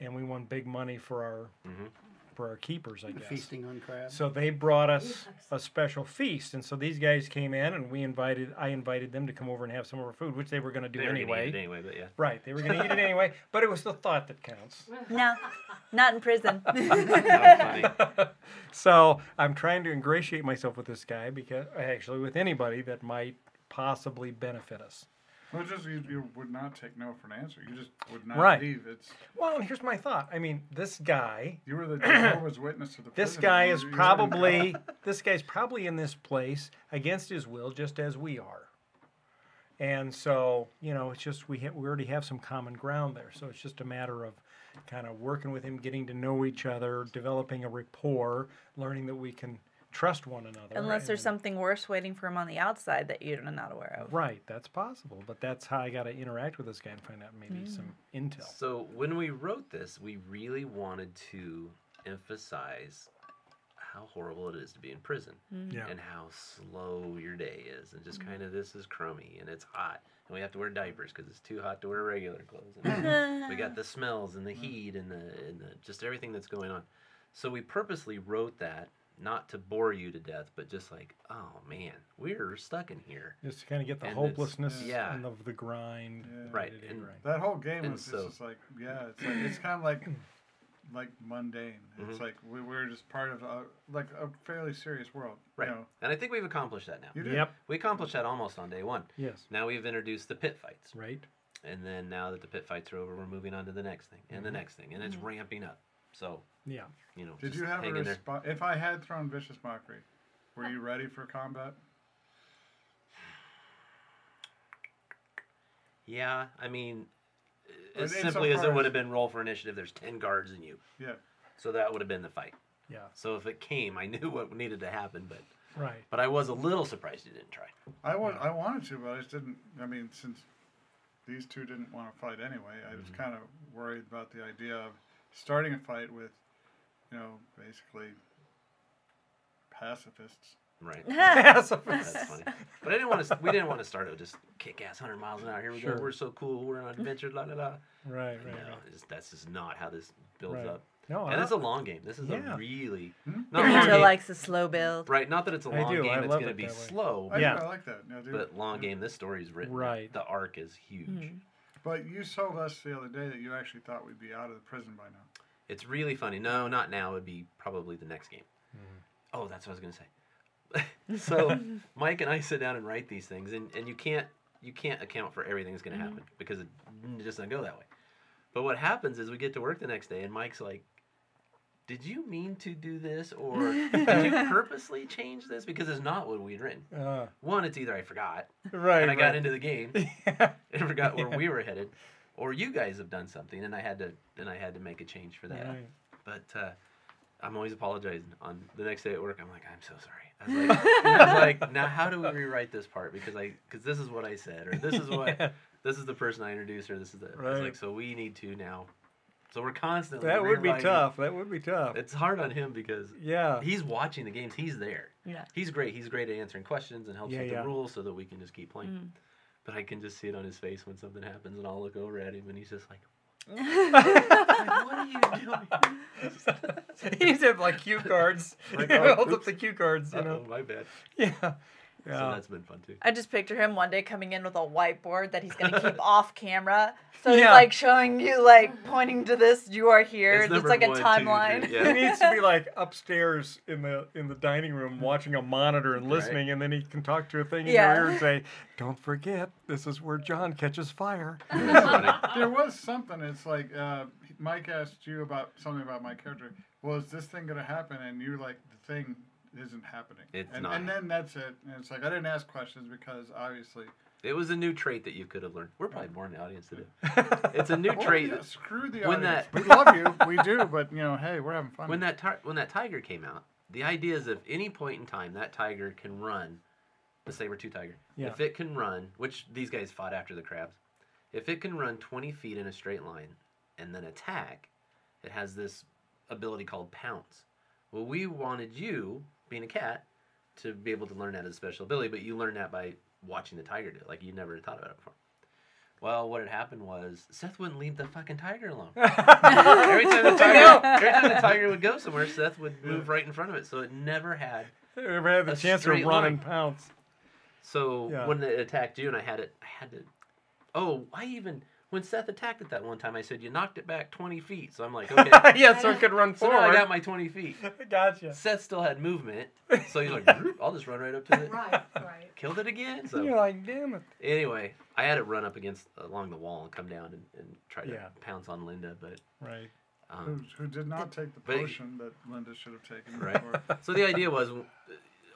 Speaker 2: and we won big money for our
Speaker 6: Mhm.
Speaker 2: for our keepers, I
Speaker 7: The
Speaker 2: guess.
Speaker 7: feasting on crabs.
Speaker 2: So they brought us a special feast, and so these guys came in, and we invited I invited them to come over and have some of our food, which they were going to do
Speaker 6: They were gonna
Speaker 2: anyway.
Speaker 6: eat it anyway, but yeah.
Speaker 2: Right, they were going to eat it anyway, but it was the thought that counts.
Speaker 3: no, not in prison.
Speaker 6: That was funny.
Speaker 2: so I'm trying to ingratiate myself with this guy because actually with anybody that might possibly benefit us.
Speaker 4: Well, it's just, you, you would not take no for an answer. You just would not
Speaker 2: Right.
Speaker 4: leave. It's,
Speaker 2: Well, and here's my thought. I mean, this guy,
Speaker 4: you were the Jehovah's Witness of the
Speaker 2: this
Speaker 4: prison.
Speaker 2: guy
Speaker 4: You-
Speaker 2: is
Speaker 4: you wouldn't-
Speaker 2: probably this guy's probably in this place against his will, just as we are. And so, you know, it's just we ha- we already have some common ground there. So it's just a matter of kind of working with him, getting to know each other, developing a rapport, learning that we can trust one another.
Speaker 3: Unless there's
Speaker 2: and-
Speaker 3: something worse waiting for him on the outside that you're not aware of.
Speaker 2: Uh, Right, that's possible, but that's how I got to interact with this guy and find out maybe some intel.
Speaker 6: So when we wrote this, we really wanted to emphasize how horrible it is to be in prison
Speaker 3: Mm.
Speaker 2: Yeah.
Speaker 6: and how slow your day is and just kind of this is crummy and it's hot and we have to wear diapers because it's too hot to wear regular clothes and we got the smells and the heat and the, and the just everything that's going on so we purposely wrote that not to bore you to death but just like oh man we're stuck in here
Speaker 2: Just to kind of get the
Speaker 6: And it's-
Speaker 2: hopelessness
Speaker 6: yeah.
Speaker 2: and of the grind.
Speaker 4: Yeah.
Speaker 2: the
Speaker 6: Right,
Speaker 2: day-to-day
Speaker 6: and-
Speaker 2: grind.
Speaker 4: That whole game
Speaker 6: And
Speaker 4: was
Speaker 6: so-
Speaker 4: just like, yeah, it's like it's kind of like like mundane. It's
Speaker 6: Mhm.
Speaker 4: like we were just part of a, like a fairly serious world.
Speaker 6: right
Speaker 4: You know,
Speaker 6: and i think we've accomplished that now
Speaker 4: you did.
Speaker 2: Yep.
Speaker 6: we accomplished that almost on day one
Speaker 2: Yes.
Speaker 6: now we've introduced the pit fights
Speaker 2: Right.
Speaker 6: And then now that the pit fights are over, we're moving on to the next thing and the next thing, and it's ramping up. So
Speaker 2: Yeah.
Speaker 6: you know,
Speaker 4: Did
Speaker 6: just
Speaker 4: you have a
Speaker 6: hang in there.
Speaker 4: response? If I had thrown vicious mockery, were you ready for combat?
Speaker 6: Yeah, I mean,
Speaker 4: But
Speaker 6: as
Speaker 4: it's
Speaker 6: simply as it
Speaker 4: surprise.
Speaker 6: would have been roll for initiative, there's ten guards in you,
Speaker 4: Yeah.
Speaker 6: so that would have been the fight.
Speaker 2: Yeah.
Speaker 6: So if it came, I knew what needed to happen, but
Speaker 2: Right.
Speaker 6: but I was a little surprised you didn't try.
Speaker 4: I wa- I wanted to, but I just didn't. I mean, since these two didn't want to fight anyway, I was kind of worried about the idea of starting a fight with, you know, basically pacifists.
Speaker 6: Right.
Speaker 2: Pacifist.
Speaker 6: That's funny. But I didn't want to. We didn't want to start it. Just kick ass, hundred miles an hour. Here we
Speaker 2: Sure.
Speaker 6: go. We're so cool. We're on an adventure. La la la.
Speaker 2: right. Right.
Speaker 6: No,
Speaker 2: right.
Speaker 6: it's- that's just not how this builds
Speaker 2: Right.
Speaker 6: up.
Speaker 2: No,
Speaker 6: And
Speaker 2: I-
Speaker 6: it's a long game. This is
Speaker 2: Yeah. Hmm?
Speaker 6: a really
Speaker 4: Mhm.
Speaker 6: not long
Speaker 3: Angel
Speaker 6: game.
Speaker 3: likes a slow build.
Speaker 6: Right, not that it's a
Speaker 2: I
Speaker 6: long
Speaker 2: do,
Speaker 6: game,
Speaker 2: I
Speaker 6: it's
Speaker 2: love
Speaker 6: going to
Speaker 2: it
Speaker 6: be
Speaker 2: that way.
Speaker 6: slow,
Speaker 4: I,
Speaker 2: Yeah.
Speaker 4: I like that. Yeah, dude.
Speaker 6: but long
Speaker 4: Yeah.
Speaker 6: game, this story's written.
Speaker 2: Right.
Speaker 6: The arc is huge.
Speaker 4: But you sold us the other day that you actually thought we'd be out of the prison by now.
Speaker 6: It's really funny. No, not now. It would be probably the next game.
Speaker 2: Mm.
Speaker 6: Oh, that's what I was going to say. so Mike and I sit down and write these things, and, and you can't you can't account for everything that's going to happen because it n- just doesn't go that way. But what happens is we get to work the next day, and Mike's like, "Did you mean to do this, or did you purposely change this? Because it's not what we'd written.
Speaker 2: Uh,
Speaker 6: One, it's either I forgot
Speaker 2: right.
Speaker 6: and I got
Speaker 2: right.
Speaker 6: into the game
Speaker 2: Yeah.
Speaker 6: and forgot where we were headed, or you guys have done something, and I had to and I had to make a change for that.
Speaker 2: Right.
Speaker 6: But uh, I'm always apologizing on the next day at work. I'm like, I'm so sorry. I was like, I was like now how do we rewrite this part? Because I because this is what I said, or this is what
Speaker 2: Yeah.
Speaker 6: this is the person I introduced, or this is the. I was
Speaker 2: Right.
Speaker 6: like, so we need to now. So we're constantly.
Speaker 2: That would be
Speaker 6: rewriting.
Speaker 2: tough. That would be tough.
Speaker 6: It's hard on him because
Speaker 2: yeah.
Speaker 6: he's watching the games. He's there.
Speaker 3: Yeah.
Speaker 6: He's great. He's great at answering questions and helps
Speaker 2: Yeah,
Speaker 6: with
Speaker 2: yeah.
Speaker 6: the rules so that we can just keep playing.
Speaker 3: Mm.
Speaker 6: But I can just see it on his face when something happens, and I'll look over at him, and he's just like, "What are you doing?"
Speaker 2: He's have like cue cards.
Speaker 6: Like,
Speaker 2: He
Speaker 6: oh,
Speaker 2: holds up
Speaker 6: oops.
Speaker 2: the cue cards, you
Speaker 6: Uh-oh,
Speaker 2: know.
Speaker 6: my bad.
Speaker 2: Yeah.
Speaker 6: So
Speaker 2: Yeah.
Speaker 6: that's been fun too.
Speaker 3: I just picture him one day coming in with a whiteboard that he's gonna keep off camera. So he's
Speaker 2: Yeah.
Speaker 3: like showing you, like pointing to this. You are here.
Speaker 6: It's
Speaker 3: It's,
Speaker 6: number
Speaker 3: like a
Speaker 6: one, two,
Speaker 3: timeline.
Speaker 6: three,
Speaker 2: He needs to be like upstairs in the in the dining room watching a monitor and
Speaker 6: Right.
Speaker 2: listening, and then he can talk to a thing in
Speaker 3: Yeah.
Speaker 2: your ear and say, "Don't forget, this is where John catches fire."
Speaker 6: That's funny.
Speaker 4: There was something. It's like uh, Mike asked you about something about my character. Well, is this thing going to happen? And you're like, the thing isn't happening.
Speaker 6: It's
Speaker 4: and,
Speaker 6: not.
Speaker 4: And then that's it. And it's like I didn't ask questions because obviously.
Speaker 6: It was a new trait that you could have learned. We're probably more in the audience today. It's a new
Speaker 4: Well,
Speaker 6: trait.
Speaker 4: yeah,
Speaker 6: that-
Speaker 4: screw the
Speaker 6: when
Speaker 4: audience.
Speaker 6: that-
Speaker 4: We love you. We do. But you know, hey, we're having fun.
Speaker 6: When that tar- when that tiger came out, the idea is if any point in time that tiger can run, the saber tooth tiger,
Speaker 2: Yeah.
Speaker 6: if it can run, which these guys fought after the crabs, if it can run twenty feet in a straight line and then attack, it has this ability called pounce. Well, we wanted you, being a cat, to be able to learn that as a special ability, but you learn that by watching the tiger do it. Like you never thought about it before. Well, what had happened was Seth wouldn't leave the fucking tiger alone. every time the tiger, every time the tiger would go somewhere, Seth would move right in front of it, so it never had.
Speaker 2: Ever had the
Speaker 6: A
Speaker 2: chance to run
Speaker 6: straight
Speaker 2: and
Speaker 6: line.
Speaker 2: pounce?
Speaker 6: So
Speaker 2: Yeah.
Speaker 6: when it attacked you, and I had it, I had to. Oh, I even when Seth attacked it that one time, I said you knocked it back twenty feet. So I'm like, okay,
Speaker 2: yeah, so it could run
Speaker 6: so now I
Speaker 2: forward.
Speaker 6: got my twenty feet.
Speaker 2: gotcha.
Speaker 6: Seth still had movement, so he's like, "Droop, I'll just run right up to it.
Speaker 5: Right, right.
Speaker 6: Killed it again. So
Speaker 2: You're like, damn it.
Speaker 6: anyway, I had it run up against along the wall and come down and, and try to
Speaker 2: Yeah.
Speaker 6: pounce on Linda, but
Speaker 2: Right.
Speaker 6: um,
Speaker 4: who, who did not take the
Speaker 6: But-
Speaker 4: potion that Linda should have taken.
Speaker 6: Right.
Speaker 4: before.
Speaker 6: So the idea was, uh,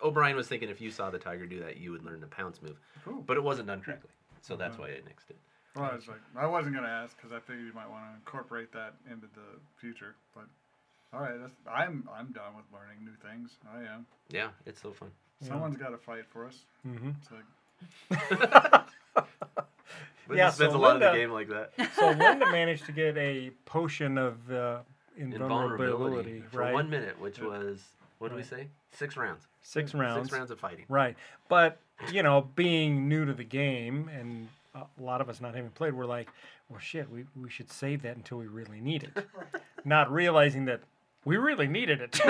Speaker 6: O'Brien was thinking if you saw the tiger do that, you would learn the pounce move,
Speaker 4: Cool.
Speaker 6: but it wasn't done correctly. So that's why it nixed it.
Speaker 4: Well, I was like, I wasn't gonna ask because I figured you might want to incorporate that into the future. But all right, that's, I'm I'm done with learning new things. I am.
Speaker 6: Yeah, it's so fun.
Speaker 4: Someone's got to fight for us.
Speaker 2: Mm-hmm.
Speaker 4: It's like,
Speaker 6: Linda
Speaker 2: so
Speaker 6: spends a lot of
Speaker 2: Linda-
Speaker 6: the game like that.
Speaker 2: So Linda managed to get a potion of uh,
Speaker 6: Invulnerability
Speaker 2: invulnerability,
Speaker 6: for
Speaker 2: right?
Speaker 6: one minute, which was what did we say? Six rounds.
Speaker 2: Six rounds.
Speaker 6: Six rounds of fighting.
Speaker 2: Right. But, you know, being new to the game and a lot of us not having played, we're like, well, shit, we, we should save that until we really need it. not realizing that we really needed it.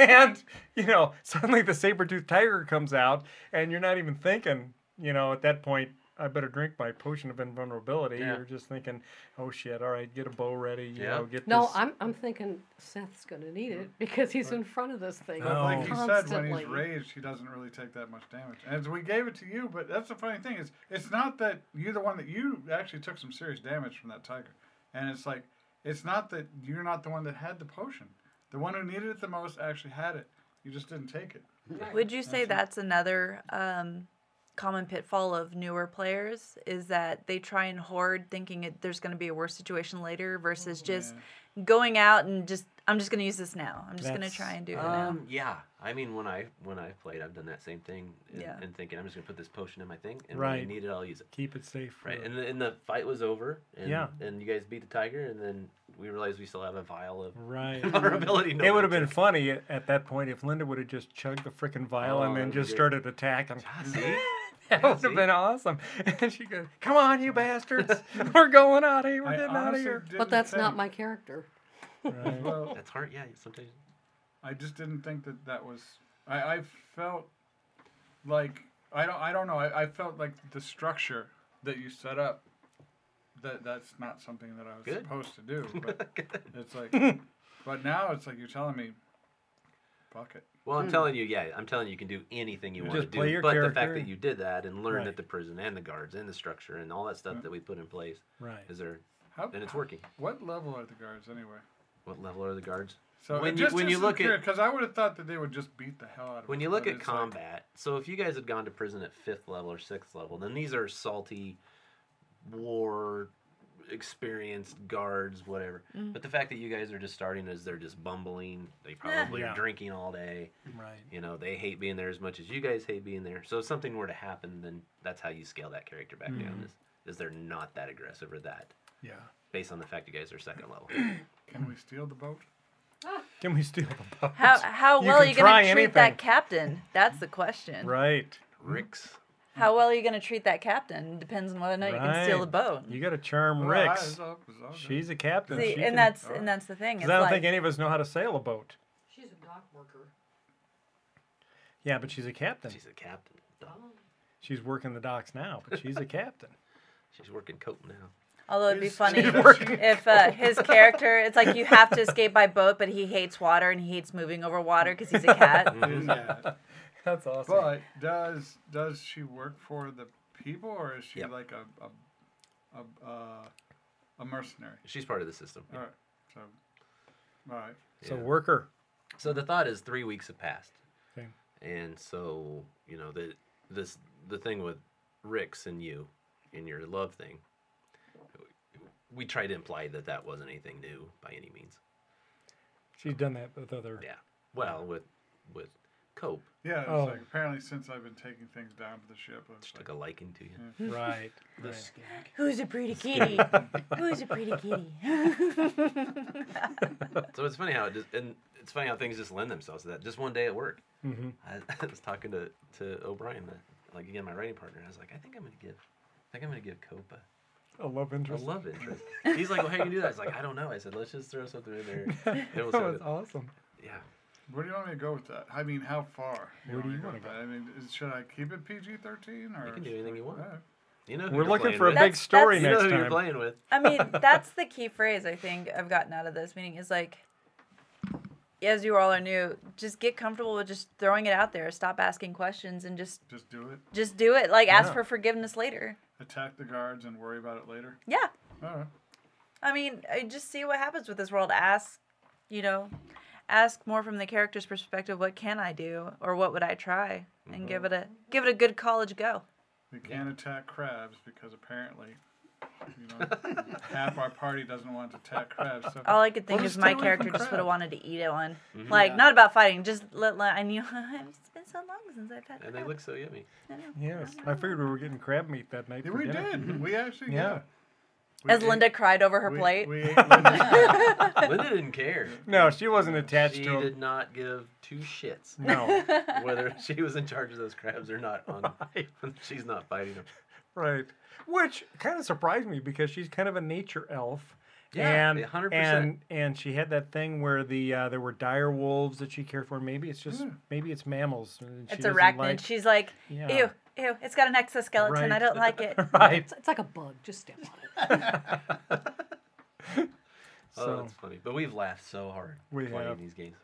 Speaker 2: and, you know, suddenly the saber-toothed tiger comes out and you're not even thinking, you know, at that point, I better drink my potion of invulnerability.
Speaker 6: Yeah.
Speaker 2: You're just thinking, oh shit, all right, get a bow ready, you
Speaker 6: Yeah.
Speaker 2: know, get
Speaker 8: No,
Speaker 2: this.
Speaker 8: I'm, I'm thinking Seth's going to need it because he's in front of this thing.
Speaker 2: No.
Speaker 4: like you said, when
Speaker 8: Constantly.
Speaker 4: he's raged, he doesn't really take that much damage. And we gave it to you, but that's the funny thing is, it's not that you're the one that you actually took some serious damage from that tiger, and it's like, it's not that you're not the one that had the potion. The one who needed it the most actually had it. You just didn't take it.
Speaker 3: Would you say that's another um, common pitfall of newer players is that they try and hoard thinking it, there's going to be a worse situation later versus
Speaker 2: Oh,
Speaker 3: just going out and just I'm just going to use this now. I'm just going to
Speaker 2: That's-
Speaker 3: try and do it now.
Speaker 6: Um, yeah, I mean when I when I played, I've done that same thing and,
Speaker 3: Yeah.
Speaker 6: and thinking I'm just gonna put this potion in my thing, and when
Speaker 2: Right.
Speaker 6: I need it, I'll use it.
Speaker 2: Keep it safe. for-
Speaker 6: Right, and the, and the fight was over. And,
Speaker 2: Yeah.
Speaker 6: And you guys beat the tiger, and then we realized we still have a vial of
Speaker 2: Right.
Speaker 6: vulnerability.
Speaker 2: It would have
Speaker 6: nobody
Speaker 2: been funny at- at that point if Linda would have just chugged the frickin' vial
Speaker 6: Oh,
Speaker 2: and then
Speaker 6: that'd be
Speaker 2: just
Speaker 6: great.
Speaker 2: started attacking.
Speaker 6: took. See?
Speaker 2: That would have
Speaker 6: see?
Speaker 2: been awesome. And she goes, "Come on, you bastards! We're going out of here. We're
Speaker 4: I
Speaker 2: getting out of
Speaker 4: honestly
Speaker 2: here."
Speaker 4: didn't
Speaker 8: But that's not
Speaker 4: think-
Speaker 8: my character.
Speaker 2: Right.
Speaker 4: Well,
Speaker 6: That's hard. Yeah. Sometimes.
Speaker 4: I just didn't think that that was. I, I felt like I don't. I don't know. I, I felt like the structure that you set up. That that's not something that I was
Speaker 6: Good.
Speaker 4: supposed to do. But it's like. but now it's like you're telling me. Fuck it.
Speaker 6: Well, I'm telling you, yeah, I'm telling you, you can do anything you,
Speaker 2: Hmm. You
Speaker 6: want to
Speaker 2: just play
Speaker 6: do.
Speaker 2: your
Speaker 6: But the fact
Speaker 2: character.
Speaker 6: that you did that and learned
Speaker 2: Right.
Speaker 6: that the prison and the guards and the structure and all that stuff that we put in place
Speaker 2: Right.
Speaker 6: is there,
Speaker 4: How,
Speaker 6: and it's working.
Speaker 4: What level are the guards anyway?
Speaker 6: What level are the guards?
Speaker 4: So
Speaker 6: When
Speaker 4: it
Speaker 6: you-
Speaker 4: just,
Speaker 6: when you look at-
Speaker 4: because I would have thought that they would just beat the hell out of.
Speaker 6: When
Speaker 4: us,
Speaker 6: you look
Speaker 4: but
Speaker 6: at
Speaker 4: it's like-
Speaker 6: combat, so if you guys had gone to prison at fifth level or sixth level, then these are salty, war experienced guards, whatever. But the fact that you guys are just starting is they're just bumbling. They probably
Speaker 2: Mm-hmm. Yeah.
Speaker 6: are drinking all day.
Speaker 2: Right.
Speaker 6: You know, they hate being there as much as you guys hate being there. So if something were to happen, then that's how you scale that character back down. Is is they're not that aggressive or that
Speaker 2: Yeah.
Speaker 6: based on the fact you guys are second level.
Speaker 4: can we steal the boat?
Speaker 2: Can we steal the boat?
Speaker 3: How how
Speaker 2: You
Speaker 3: well
Speaker 2: can
Speaker 3: are you gonna
Speaker 2: try
Speaker 3: treat
Speaker 2: anything.
Speaker 3: that captain? That's the question.
Speaker 2: Right.
Speaker 6: Rick's
Speaker 3: How well are you gonna treat that captain? Depends on whether or not you can steal the
Speaker 2: Right.
Speaker 3: boat.
Speaker 2: You got to charm
Speaker 4: Well, I-
Speaker 2: Ricks.
Speaker 4: it's all- it's all good.
Speaker 2: She's a captain.
Speaker 3: See,
Speaker 2: She
Speaker 3: and
Speaker 2: can-
Speaker 3: that's and that's the thing. It's
Speaker 2: Because I don't
Speaker 3: like,
Speaker 2: think any of us know how to sail a boat.
Speaker 5: She's a dock worker.
Speaker 2: Yeah, but she's a captain.
Speaker 6: she's a captain.
Speaker 2: She's working the docks now, but she's a captain.
Speaker 6: She's working coat now.
Speaker 3: although it'd be
Speaker 4: He's-
Speaker 3: funny
Speaker 4: he's
Speaker 3: if uh, his character, it's like you have to escape by boat, but he hates water and he hates moving over water because he's a cat.
Speaker 7: Yeah.
Speaker 2: That's awesome.
Speaker 4: But does does she work for the people, or is she
Speaker 6: Yep.
Speaker 4: like a a a, uh, a mercenary?
Speaker 6: She's part of the system.
Speaker 4: All right, so all right.
Speaker 2: so
Speaker 6: yeah.
Speaker 2: worker.
Speaker 6: So the thought is three weeks have passed,
Speaker 2: Okay.
Speaker 6: and so you know the this the thing with Rick's and you and your love thing. We tried to imply that that wasn't anything new by any means.
Speaker 2: She's done that with other.
Speaker 6: Yeah. Well, with with Cope,
Speaker 4: Yeah, it's
Speaker 2: Oh.
Speaker 4: like apparently since I've been taking things down to the ship, it's
Speaker 6: she
Speaker 4: like,
Speaker 6: took a liking to you.
Speaker 2: Hmm. Right.
Speaker 7: The
Speaker 2: right.
Speaker 7: skank.
Speaker 3: Who's a pretty kitty? Who's a pretty kitty?
Speaker 6: So it's funny how it just and it's funny how things just lend themselves to that. Just one day at work,
Speaker 2: Mm-hmm.
Speaker 6: I, I was talking to to O'Brien, the, like again my writing partner, and I was like, I think I'm gonna give, I think I'm gonna give Cope a,
Speaker 2: A love
Speaker 6: I
Speaker 2: interest.
Speaker 6: love interest. He's like, well, how you do that? I was like, I don't know. I said, let's just throw something in there. and we'll
Speaker 2: that
Speaker 6: send
Speaker 2: was
Speaker 6: it."
Speaker 2: awesome.
Speaker 6: Yeah.
Speaker 4: where do you want me to go with that? I mean, how far?
Speaker 2: Where do
Speaker 4: want me
Speaker 2: you
Speaker 4: to
Speaker 2: wanna
Speaker 4: with that? I mean, is, should I keep it PG thirteen or?
Speaker 6: You can do anything you want.
Speaker 4: All right.
Speaker 6: You know who
Speaker 2: We're
Speaker 6: you're
Speaker 2: looking
Speaker 6: playing
Speaker 2: for a
Speaker 6: with.
Speaker 2: big
Speaker 3: That's-
Speaker 2: story
Speaker 6: You know
Speaker 2: next
Speaker 6: who you're
Speaker 2: time.
Speaker 6: playing with.
Speaker 3: I mean, that's the key phrase I think I've gotten out of this meeting is like, as you all are new, just get comfortable with just throwing it out there. Stop asking questions and just
Speaker 4: Just do it.
Speaker 3: just do it. Like ask
Speaker 2: Yeah.
Speaker 3: for forgiveness later.
Speaker 4: Attack the guards and worry about it later.
Speaker 3: Yeah,
Speaker 4: All right.
Speaker 3: I mean, I just see what happens with this world. Ask, you know, ask more from the character's perspective. What can I do, or what would I try? And give it a give it a good college go.
Speaker 4: We can't attack crabs because apparently, you know, half our party doesn't want to attack crabs. So
Speaker 3: All I could think
Speaker 4: Well,
Speaker 3: is
Speaker 4: just
Speaker 3: my
Speaker 4: stay away from
Speaker 3: character just would have
Speaker 4: crabs.
Speaker 3: wanted to eat it one. Like
Speaker 7: Yeah.
Speaker 3: not about fighting, just let, let I knew it's been so long since I've had.
Speaker 6: And they
Speaker 3: crab.
Speaker 6: look so yummy.
Speaker 2: Yes. I figured we were getting crab meat that night.
Speaker 4: Yeah,
Speaker 2: for
Speaker 4: we
Speaker 2: dinner.
Speaker 4: did. We actually
Speaker 2: Yeah.
Speaker 4: yeah. We
Speaker 3: As
Speaker 4: ate-
Speaker 3: Linda cried over her
Speaker 4: we-
Speaker 3: plate.
Speaker 4: We ate Linda's-
Speaker 6: Linda didn't care.
Speaker 2: No, she wasn't attached
Speaker 6: She
Speaker 2: to him.
Speaker 6: did not give two shits
Speaker 2: No.
Speaker 6: whether she was in charge of those crabs or not. On she's not fighting them.
Speaker 2: Right. Which kind of surprised me because she's kind of a nature elf.
Speaker 6: Yeah,
Speaker 2: and,
Speaker 6: 100%.
Speaker 2: and and she had that thing where the uh, there were dire wolves that she cared for. Maybe it's just maybe it's mammals. and she
Speaker 3: it's
Speaker 2: doesn't
Speaker 3: arachnid.
Speaker 2: like-
Speaker 3: She's like,
Speaker 2: Yeah.
Speaker 3: ew, ew, it's got an exoskeleton. I
Speaker 2: Right.
Speaker 3: don't like it.
Speaker 2: right.
Speaker 8: It's, it's like a bug. Just step on it.
Speaker 6: Oh,
Speaker 2: So-
Speaker 6: that's funny. But we've laughed so hard
Speaker 2: We
Speaker 6: playing
Speaker 2: have.
Speaker 6: these games.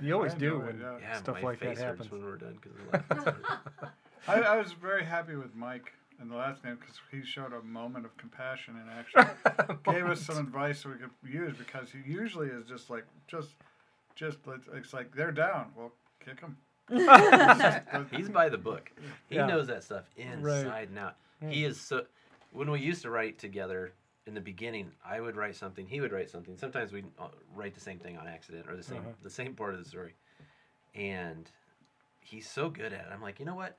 Speaker 2: You always
Speaker 4: I
Speaker 2: do
Speaker 4: enjoy it,
Speaker 2: when
Speaker 4: yeah.
Speaker 6: Yeah,
Speaker 2: stuff
Speaker 6: my
Speaker 2: like that
Speaker 6: face hurts
Speaker 2: happens.
Speaker 6: when we're done because we're laughing.
Speaker 4: I, I was very happy with Mike in the last game because he showed a moment of compassion and actually gave us some advice that we could use because he usually is just like just just it's- it's like they're down. Well, kick them.
Speaker 6: He's by the book. He
Speaker 2: Yeah.
Speaker 6: knows that stuff inside and out. He is so. When we used to write together in the beginning, I would write something. He would write something. Sometimes we would write the same thing on accident or the same the same part of the story. And he's so good at it. I'm like, you know what?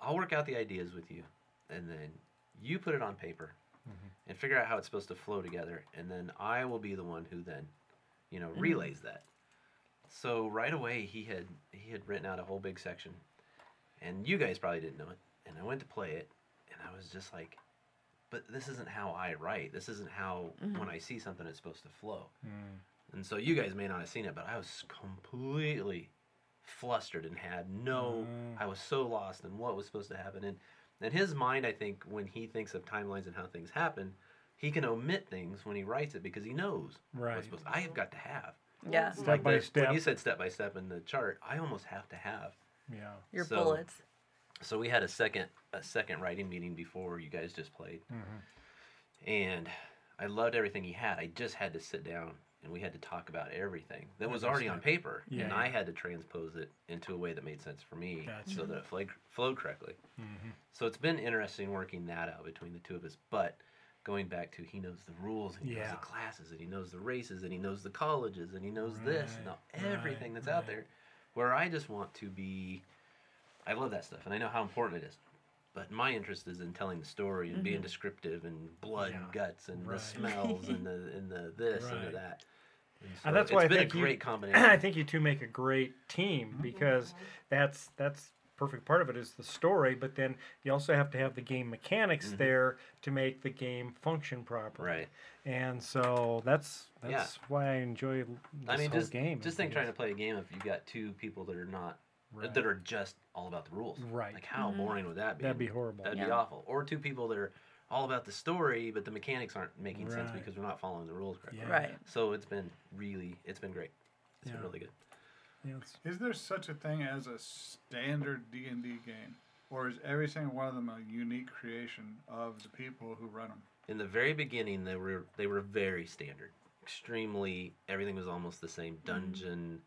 Speaker 6: I'll work out the ideas with you, and then you put it on paper and figure out how it's supposed to flow together. And then I will be the one who then, you know, relays that. So right away he had he had written out a whole big section and you guys probably didn't know it. And I went to play it, and I was just like, "But this isn't how I write. This isn't how
Speaker 2: Mm-hmm.
Speaker 6: when I see something, it's supposed to flow."
Speaker 2: Hmm.
Speaker 6: And so you guys may not have seen it, but I was completely flustered and had no.
Speaker 2: Mm.
Speaker 6: I was so lost in what was supposed to happen. And in his mind, I think when he thinks of timelines and how things happen, he can omit things when he writes it because he knows
Speaker 2: Right.
Speaker 6: what's supposed. I have got to have.
Speaker 3: Yeah.
Speaker 2: Step
Speaker 6: Like
Speaker 2: by
Speaker 6: the-
Speaker 2: step.
Speaker 6: When you said step by step in the chart, I almost have to have.
Speaker 2: Yeah.
Speaker 3: Your
Speaker 6: So-
Speaker 3: bullets.
Speaker 6: So we had a second a second writing meeting before you guys just played,
Speaker 2: Mm-hmm.
Speaker 6: and I loved everything he had. I just had to sit down and we had to talk about everything that was already on paper, and
Speaker 2: Yeah.
Speaker 6: I had to transpose it into a way that made sense for me,
Speaker 2: Gotcha.
Speaker 6: so that it flowed, flowed correctly.
Speaker 2: Mm-hmm.
Speaker 6: So it's been interesting working that out between the two of us, but. Going back to he knows the rules and he knows
Speaker 2: Yeah.
Speaker 6: the classes and he knows the races and he knows the colleges and he knows this and
Speaker 2: Right,
Speaker 6: all- everything that's out there. Where I just want to be I love that stuff, and I know how important it is. But my interest is in telling the story and being descriptive and blood and
Speaker 2: Mm-hmm. Yeah.
Speaker 6: guts and
Speaker 2: Right.
Speaker 6: the smells and the and the this and the
Speaker 2: Right.
Speaker 6: that. And so
Speaker 2: And that's why
Speaker 6: it's
Speaker 2: I
Speaker 6: been
Speaker 2: think
Speaker 6: a great
Speaker 2: you,
Speaker 6: combination.
Speaker 2: I think you two make a great team
Speaker 6: Mm-hmm.
Speaker 2: because that's that's perfect part of it is the story, but then you also have to have the game mechanics there to make the game function properly.
Speaker 6: Mm-hmm. right.
Speaker 2: And so that's
Speaker 6: Yeah.
Speaker 2: that's why I enjoy this
Speaker 6: I mean,
Speaker 2: whole
Speaker 6: just
Speaker 2: game.
Speaker 6: just
Speaker 2: is
Speaker 6: think trying to
Speaker 2: because-
Speaker 6: play a game if you got two people that are not
Speaker 2: Right.
Speaker 6: that are just all about the rules.
Speaker 2: Right.
Speaker 6: Like how boring would that be?
Speaker 2: That'd be horrible.
Speaker 6: That'd be
Speaker 3: Yeah.
Speaker 6: awful. Or two people that are all about the story, but the mechanics aren't making sense
Speaker 2: Right.
Speaker 6: because we're not following the rules correctly.
Speaker 2: Yeah.
Speaker 3: Right.
Speaker 6: So it's been really, it's been great. It's been
Speaker 2: Yeah.
Speaker 6: really good.
Speaker 2: Yeah, it's-
Speaker 4: Is there such a thing as a standard D and D game, or is every single one of them a unique creation of the people who run them?
Speaker 6: in the very beginning they were they were very standard extremely everything was almost the same dungeon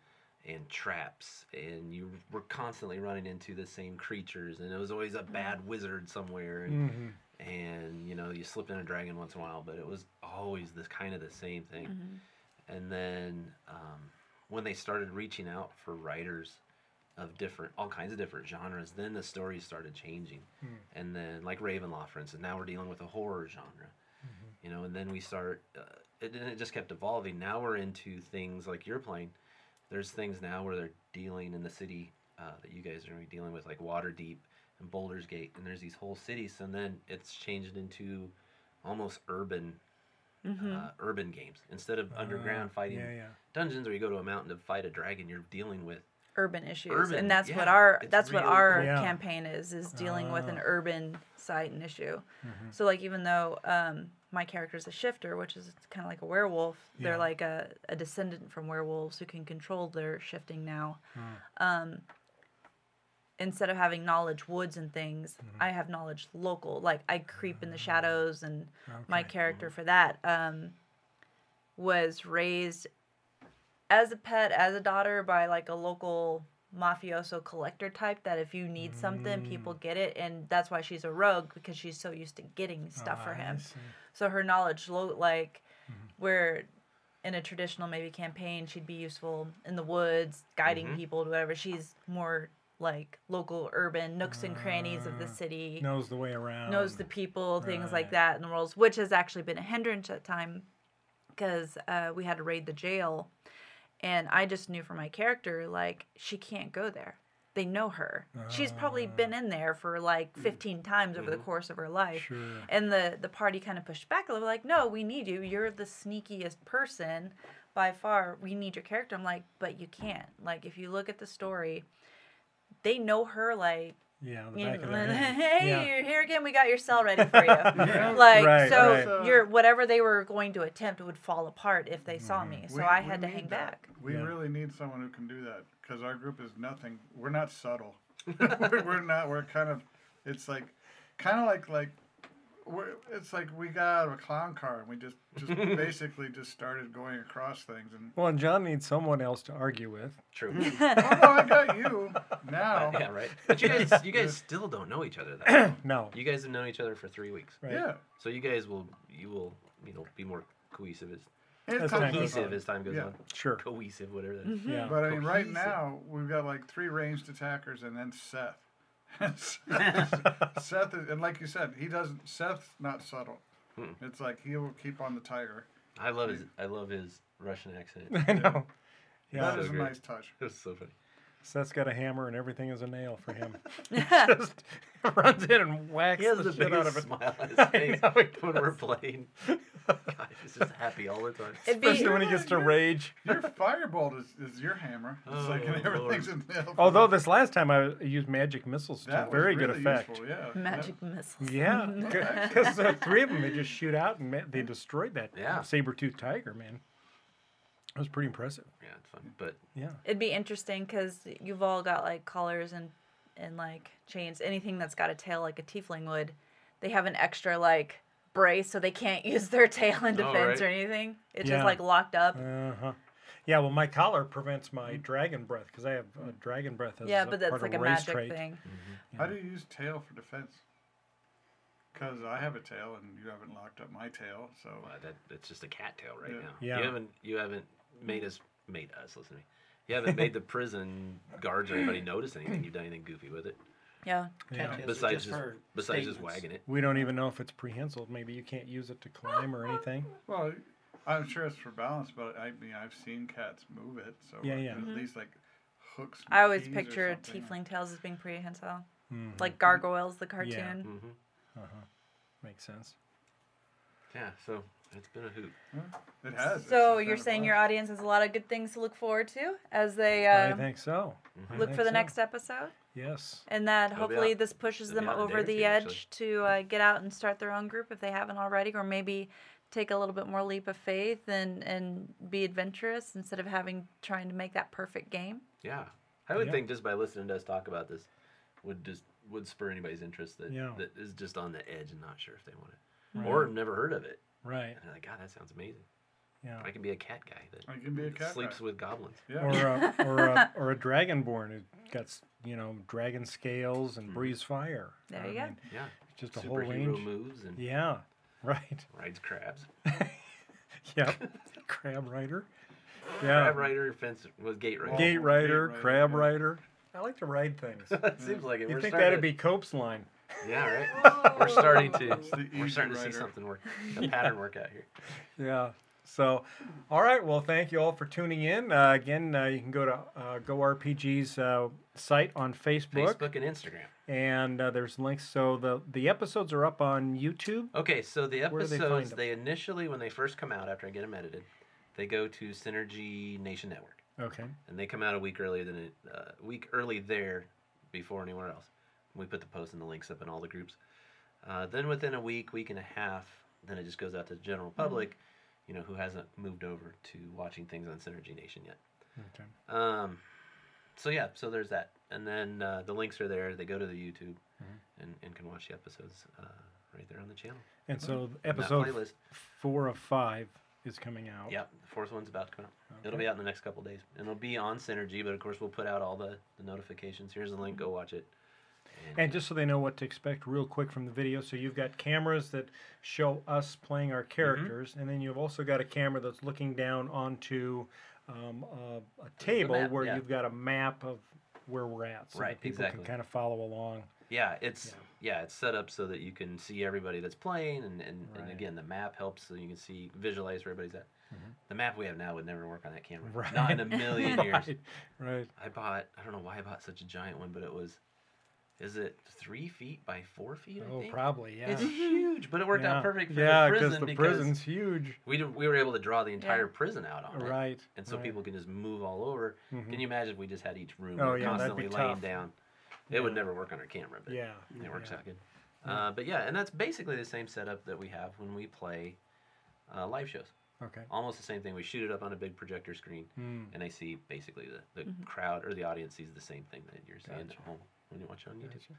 Speaker 6: and traps and you were constantly running into the same creatures and it was always a bad wizard somewhere and,
Speaker 2: mhm.
Speaker 6: and you know you slipped in a dragon once in a while but it was always this kind of the same thing
Speaker 3: Mm-hmm.
Speaker 6: and then um, when they started reaching out for writers of different all kinds of different genres then the stories started changing and then like ravenloft for instance now we're dealing with a horror genre you know and then we start uh, it, and it just kept evolving now we're into things like you're playing there's things now where they're dealing in the city uh, that you guys are going to be dealing with like waterdeep and boulder's gate and there's these whole cities and then it's changed into almost urban
Speaker 3: Mm-hmm.
Speaker 6: uh, urban games instead of underground fighting
Speaker 2: Uh, Mm-hmm. yeah, yeah.
Speaker 6: dungeons where you go to a mountain to fight a dragon you're dealing with
Speaker 3: Urban issues.
Speaker 6: Urban,
Speaker 3: and that's what
Speaker 6: yeah,
Speaker 3: our
Speaker 6: it's
Speaker 3: that's what
Speaker 6: really Oh.
Speaker 3: our
Speaker 2: cool. Yeah.
Speaker 3: campaign is is dealing with an
Speaker 2: Ah.
Speaker 3: urban site and issue.
Speaker 6: Hmm.
Speaker 2: Mm-hmm.
Speaker 3: So like even though um my character's a shifter, which is kind of like a werewolf.
Speaker 2: Yeah.
Speaker 3: They're like a, a descendant from werewolves who can control their shifting now.
Speaker 2: Oh,
Speaker 3: Um, instead of having knowledge woods and things,
Speaker 6: Mm-hmm.
Speaker 3: I have knowledge local. Like I creep
Speaker 6: Mm.
Speaker 3: in the shadows, and my
Speaker 2: Okay.
Speaker 3: character for that um, was raised as a pet, as a daughter by like a local mafioso collector type that if you need something, people get it. And that's why she's a rogue because she's so used to getting stuff for
Speaker 2: Oh, I
Speaker 3: him.
Speaker 2: see.
Speaker 3: So her knowledge, lo- like, where in a traditional maybe campaign, she'd be useful in the woods, guiding people to whatever. She's more like local, urban nooks and crannies of the city
Speaker 2: Knows the way around.
Speaker 3: knows the people, things like
Speaker 2: right.
Speaker 3: that in the worlds, which has actually been a hindrance at time because uh, we had to raid the jail. And I just knew for my character, like, she can't go there. They know her. She's probably
Speaker 2: Ah.
Speaker 3: been in there for like 15 times over the course of her life.
Speaker 2: Mm. Mm-hmm. Sure.
Speaker 3: And the, the party kind of pushed back a little, like, no, we need you. You're the sneakiest person by far. We need your character. I'm like, but you can't. Like, if you look at the story, they know her, like,
Speaker 2: Yeah, the
Speaker 3: you
Speaker 2: back
Speaker 3: know,
Speaker 2: of their head.
Speaker 3: hey,
Speaker 2: Yeah.
Speaker 3: you're here again. We got your cell ready for you. like
Speaker 2: Right,
Speaker 3: so,
Speaker 4: right.
Speaker 3: your whatever they were going to attempt would fall apart if they saw me. So
Speaker 4: We-
Speaker 3: I
Speaker 4: we
Speaker 3: had to
Speaker 4: need
Speaker 3: hang
Speaker 4: that.
Speaker 3: back.
Speaker 4: We
Speaker 2: Yeah.
Speaker 4: really need someone who can do that because our group is nothing. We're not subtle. we're, we're not. We're kind of. It's like, kind of like like. We're, it's like we got out of a clown car and we just just basically just started going across things and
Speaker 2: Well, and John needs someone else to argue with.
Speaker 6: true
Speaker 4: oh no I got you now
Speaker 6: yeah right but you guys you guys still don't know each other that well.
Speaker 2: No.
Speaker 6: you guys have known each other for three weeks
Speaker 2: Right.
Speaker 4: yeah
Speaker 6: so you guys will you will you know be more cohesive as
Speaker 4: it's
Speaker 2: That's fine.
Speaker 4: time to
Speaker 6: cohesive
Speaker 4: vote.
Speaker 6: as time goes
Speaker 4: Yeah.
Speaker 6: on
Speaker 2: Sure.
Speaker 6: cohesive whatever that
Speaker 7: Mm-hmm.
Speaker 6: is.
Speaker 2: Yeah.
Speaker 4: But I mean, right
Speaker 6: Cohesive.
Speaker 4: now we've got like three ranged attackers and then Seth. Seth, Seth is, and like you said, he doesn't. Seth's not subtle.
Speaker 6: Hmm.
Speaker 4: It's like he will keep on the tiger.
Speaker 6: i love his i love his russian accent
Speaker 2: I know. Yeah.
Speaker 4: That
Speaker 6: So
Speaker 4: is a
Speaker 6: great.
Speaker 4: nice touch.
Speaker 6: it was so funny
Speaker 2: Seth's got a hammer and everything is a nail for him. Just runs in and whacks
Speaker 6: He has
Speaker 2: the,
Speaker 6: the
Speaker 2: shit out of
Speaker 6: biggest
Speaker 2: it.
Speaker 6: smile on his
Speaker 2: I
Speaker 6: face
Speaker 2: know he
Speaker 6: when we're playing. God, he's just happy all the time.
Speaker 3: It'd be
Speaker 2: Especially when he gets to rage.
Speaker 4: Your firebolt is, is your hammer. It's like and
Speaker 6: Oh, Lord.
Speaker 4: everything's in the middle.
Speaker 2: Although this last time I used magic missiles to
Speaker 4: was
Speaker 2: very good
Speaker 4: really
Speaker 2: effect.
Speaker 4: useful, yeah.
Speaker 3: magic missiles.
Speaker 2: Yeah, because the three of them they just shoot out and ma- they destroyed that
Speaker 6: Yeah.
Speaker 2: saber toothed tiger, man. was pretty impressive.
Speaker 6: Yeah, it's fun. But
Speaker 2: Yeah.
Speaker 3: It'd be interesting because you've all got like collars and and like chains. Anything that's got a tail like a tiefling would, they have an extra like brace so they can't use their tail in
Speaker 6: Oh,
Speaker 3: defense or
Speaker 6: right.
Speaker 3: anything. It's
Speaker 2: Yeah.
Speaker 3: just like locked up.
Speaker 2: Uh huh. Yeah. Well, my collar prevents my dragon breath because I have uh, dragon breath as
Speaker 3: Mm. yeah,
Speaker 2: a
Speaker 3: but that's
Speaker 2: part
Speaker 3: like a
Speaker 2: of race
Speaker 3: magic
Speaker 2: trait.
Speaker 3: thing.
Speaker 4: How do you use tail for defense? Because I have a tail and you haven't locked up my tail, so
Speaker 6: uh, that it's just a cattail right
Speaker 4: Yeah.
Speaker 6: now.
Speaker 2: Yeah.
Speaker 6: You haven't you haven't made us made us listen to me. You haven't made the prison guards or anybody notice anything. You've done anything goofy with it
Speaker 3: Yeah.
Speaker 2: Yeah.
Speaker 7: Cattails are
Speaker 6: besides
Speaker 7: just
Speaker 6: just
Speaker 7: for
Speaker 6: besides just
Speaker 7: statements.
Speaker 6: wagging it.
Speaker 2: We don't even know if it's prehensile. Maybe you can't use it to climb or anything.
Speaker 4: well, I'm sure it's for balance. But I mean, I've seen cats move it, so
Speaker 2: Yeah,
Speaker 4: it
Speaker 2: yeah.
Speaker 4: at least like hooks.
Speaker 3: I always
Speaker 4: keys or
Speaker 3: picture
Speaker 4: something.
Speaker 3: tiefling tails as being prehensile,
Speaker 2: Mhm.
Speaker 3: like gargoyles, the cartoon.
Speaker 6: hmm
Speaker 2: Uh-huh. Makes sense.
Speaker 6: Yeah, so it's been a hoot.
Speaker 4: It has. it's
Speaker 3: So
Speaker 4: just
Speaker 3: you're
Speaker 4: been a
Speaker 3: saying your
Speaker 4: blast.
Speaker 3: audience has a lot of good things to look forward to as they
Speaker 2: I
Speaker 3: uh,
Speaker 2: think so. I
Speaker 3: look
Speaker 2: think
Speaker 3: for the
Speaker 2: so.
Speaker 3: next episode,
Speaker 2: Yes.
Speaker 3: and that
Speaker 6: It'll be
Speaker 3: hopefully
Speaker 6: out-
Speaker 3: this pushes
Speaker 6: it'll
Speaker 3: them
Speaker 6: be out in a day
Speaker 3: over
Speaker 6: or
Speaker 3: the
Speaker 6: two,
Speaker 3: edge
Speaker 6: actually.
Speaker 3: to uh, get out and start their own group if they haven't already, or maybe take a little bit more leap of faith and and be adventurous instead of having trying to make that perfect game.
Speaker 6: Yeah, I would
Speaker 2: Yeah.
Speaker 6: think just by listening to us talk about this would just would spur anybody's interest that
Speaker 2: Yeah.
Speaker 6: that is just on the edge and not sure if they want it
Speaker 3: Mm-hmm.
Speaker 6: or have never heard of it.
Speaker 2: Right.
Speaker 6: And they're like, God, that sounds amazing.
Speaker 2: Yeah.
Speaker 6: I can be a cat guy that
Speaker 4: I can be a cat.
Speaker 6: sleeps
Speaker 4: guy.
Speaker 6: with goblins.
Speaker 4: Yeah.
Speaker 2: Or a, or a or a dragonborn who got s- you know dragon scales and breathes fire.
Speaker 3: There
Speaker 2: I
Speaker 3: you go.
Speaker 2: mean,
Speaker 6: Yeah,
Speaker 2: Just a whole
Speaker 6: Mm-hmm. superhero
Speaker 2: range.
Speaker 6: moves and
Speaker 2: Yeah. Right.
Speaker 6: rides crabs.
Speaker 2: Yep. Crab rider. Yeah.
Speaker 6: Crab rider, fence, was gate rider.
Speaker 2: Gate
Speaker 4: Gate
Speaker 2: rider,
Speaker 4: rider,
Speaker 2: crab
Speaker 4: yeah.
Speaker 2: rider. I like to ride things.
Speaker 6: it seems like it.
Speaker 2: You
Speaker 6: We're
Speaker 2: think
Speaker 6: starting
Speaker 2: that'd be Cope's line?
Speaker 6: to- yeah, right. We're starting to
Speaker 4: It's the
Speaker 6: we're
Speaker 4: easy
Speaker 6: starting to see
Speaker 4: rider.
Speaker 6: something work, a pattern work out here.
Speaker 2: Yeah. So, all right. Well, thank you all for tuning in. Uh, again, uh, you can go to uh, GoRPG's uh, site on Facebook,
Speaker 6: Facebook and Instagram.
Speaker 2: and uh, there's links. So the the episodes are up on YouTube.
Speaker 6: Okay, so the
Speaker 2: Where do they find
Speaker 6: episodes
Speaker 2: them?
Speaker 6: they initially when they first come out after I get them edited, they go to Synergy Nation Network,
Speaker 2: Okay.
Speaker 6: and they come out a week earlier than it, uh, a week early there before anywhere else. We put the posts and the links up in all the groups. Uh, then within a week, week and a half, then it just goes out to the general
Speaker 2: Mm-hmm.
Speaker 6: public, you know, who hasn't moved over to watching things on Synergy Nation yet.
Speaker 2: Okay.
Speaker 6: Um, so yeah, so there's that, and then uh, the links are there. They go to the YouTube,
Speaker 2: Mm-hmm.
Speaker 6: and, and can watch the episodes uh, right there on the channel.
Speaker 2: And so
Speaker 6: And that
Speaker 2: episode
Speaker 6: playlist.
Speaker 2: four of five is coming out.
Speaker 6: Yep, the fourth one's about to come out. It'll be out in the next couple days, and it'll be on Synergy. But of course, we'll put out all the, the notifications. Here's the link. Go watch it.
Speaker 2: And just so they know what to expect, real quick from the video. So you've got cameras that show us playing
Speaker 6: Mm-hmm.
Speaker 2: our characters, and then you've also got a camera that's looking down onto um, a, a table
Speaker 6: map,
Speaker 2: where
Speaker 6: yeah.
Speaker 2: you've got a map of where we're at, so
Speaker 6: Right,
Speaker 2: that people
Speaker 6: exactly.
Speaker 2: can kind of follow along.
Speaker 6: yeah, it's yeah. it's set up so that you can see everybody that's playing, and and,
Speaker 2: Right. Mm-hmm.
Speaker 6: and again, the map helps so you can see visualize where everybody's at. The map we have now would never work on that camera.
Speaker 2: Right.
Speaker 6: Not in a million years.
Speaker 2: Right, right.
Speaker 6: I bought I don't know why I bought such a giant one, but it was is it three feet by four feet? I
Speaker 2: Oh,
Speaker 6: think?
Speaker 2: probably. Yeah.
Speaker 6: It's huge, but it worked
Speaker 2: Yeah.
Speaker 6: out perfect for
Speaker 2: yeah,
Speaker 6: the prison
Speaker 2: the
Speaker 6: because
Speaker 2: prison's huge.
Speaker 6: we did, we were able to draw the entire prison out on it,
Speaker 2: Right.
Speaker 6: Oh, and so
Speaker 2: right. Mm-hmm.
Speaker 6: people can just move all over. Can you imagine if we just had each room
Speaker 2: Oh, yeah, that'd be
Speaker 6: constantly laying
Speaker 2: tough.
Speaker 6: down? It would never work on our camera, but
Speaker 2: Yeah.
Speaker 6: it works
Speaker 2: yeah.
Speaker 6: out good. Uh, but yeah, and that's basically the same setup that we have when we play uh, live shows.
Speaker 2: Okay.
Speaker 6: Almost the same thing. We shoot it up on a big projector screen,
Speaker 2: Mm.
Speaker 6: and they see basically the,
Speaker 3: Mm-hmm.
Speaker 6: the crowd or the audience sees the same thing that you're seeing at home when you watch it on YouTube.
Speaker 2: Gotcha.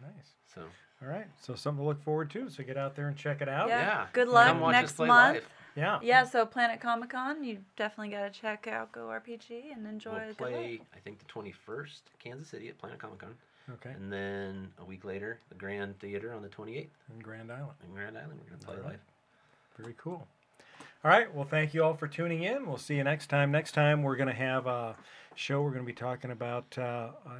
Speaker 2: Hmm. Nice.
Speaker 6: So
Speaker 2: All right. So something to look forward to. So get out there and check it out.
Speaker 3: Yeah.
Speaker 6: yeah,
Speaker 3: Good
Speaker 6: come
Speaker 3: luck
Speaker 6: watch us
Speaker 3: next
Speaker 6: play
Speaker 3: month.
Speaker 6: live.
Speaker 2: Yeah.
Speaker 3: Yeah, so Planet Comic Con, you definitely got to check out Go RPG and enjoy
Speaker 6: We'll
Speaker 3: a good
Speaker 6: play,
Speaker 3: night.
Speaker 6: I think, the 21st, Kansas City at Planet Comic Con,
Speaker 2: Okay.
Speaker 6: and then a week later, the Grand Theater on the 28th
Speaker 2: In Grand Island.
Speaker 6: in Grand Island. We're gonna play
Speaker 2: Alright.
Speaker 6: live.
Speaker 2: Very cool. All right. Well, thank you all for tuning in. We'll see you next time. Next time, we're going to have a show. We're going to be talking about uh, uh,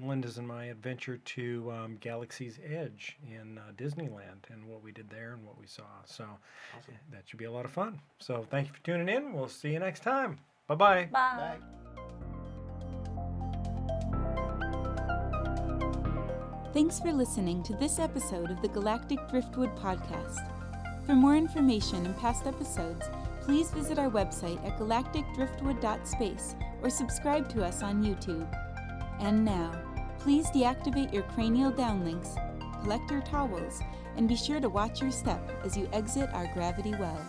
Speaker 2: Linda's and my adventure to um, Galaxy's Edge in uh, Disneyland and what we did there and what we saw. So that should be a lot of fun. So thank you for tuning in. We'll see you next time. Bye bye.
Speaker 3: Bye.
Speaker 1: Thanks for listening to this episode of the Galactic Driftwood Podcast. For more information and past episodes, please visit our website at galacticdriftwood.space or subscribe to us on YouTube. And now, please deactivate your cranial downlinks, collect your towels, and be sure to watch your step as you exit our gravity well.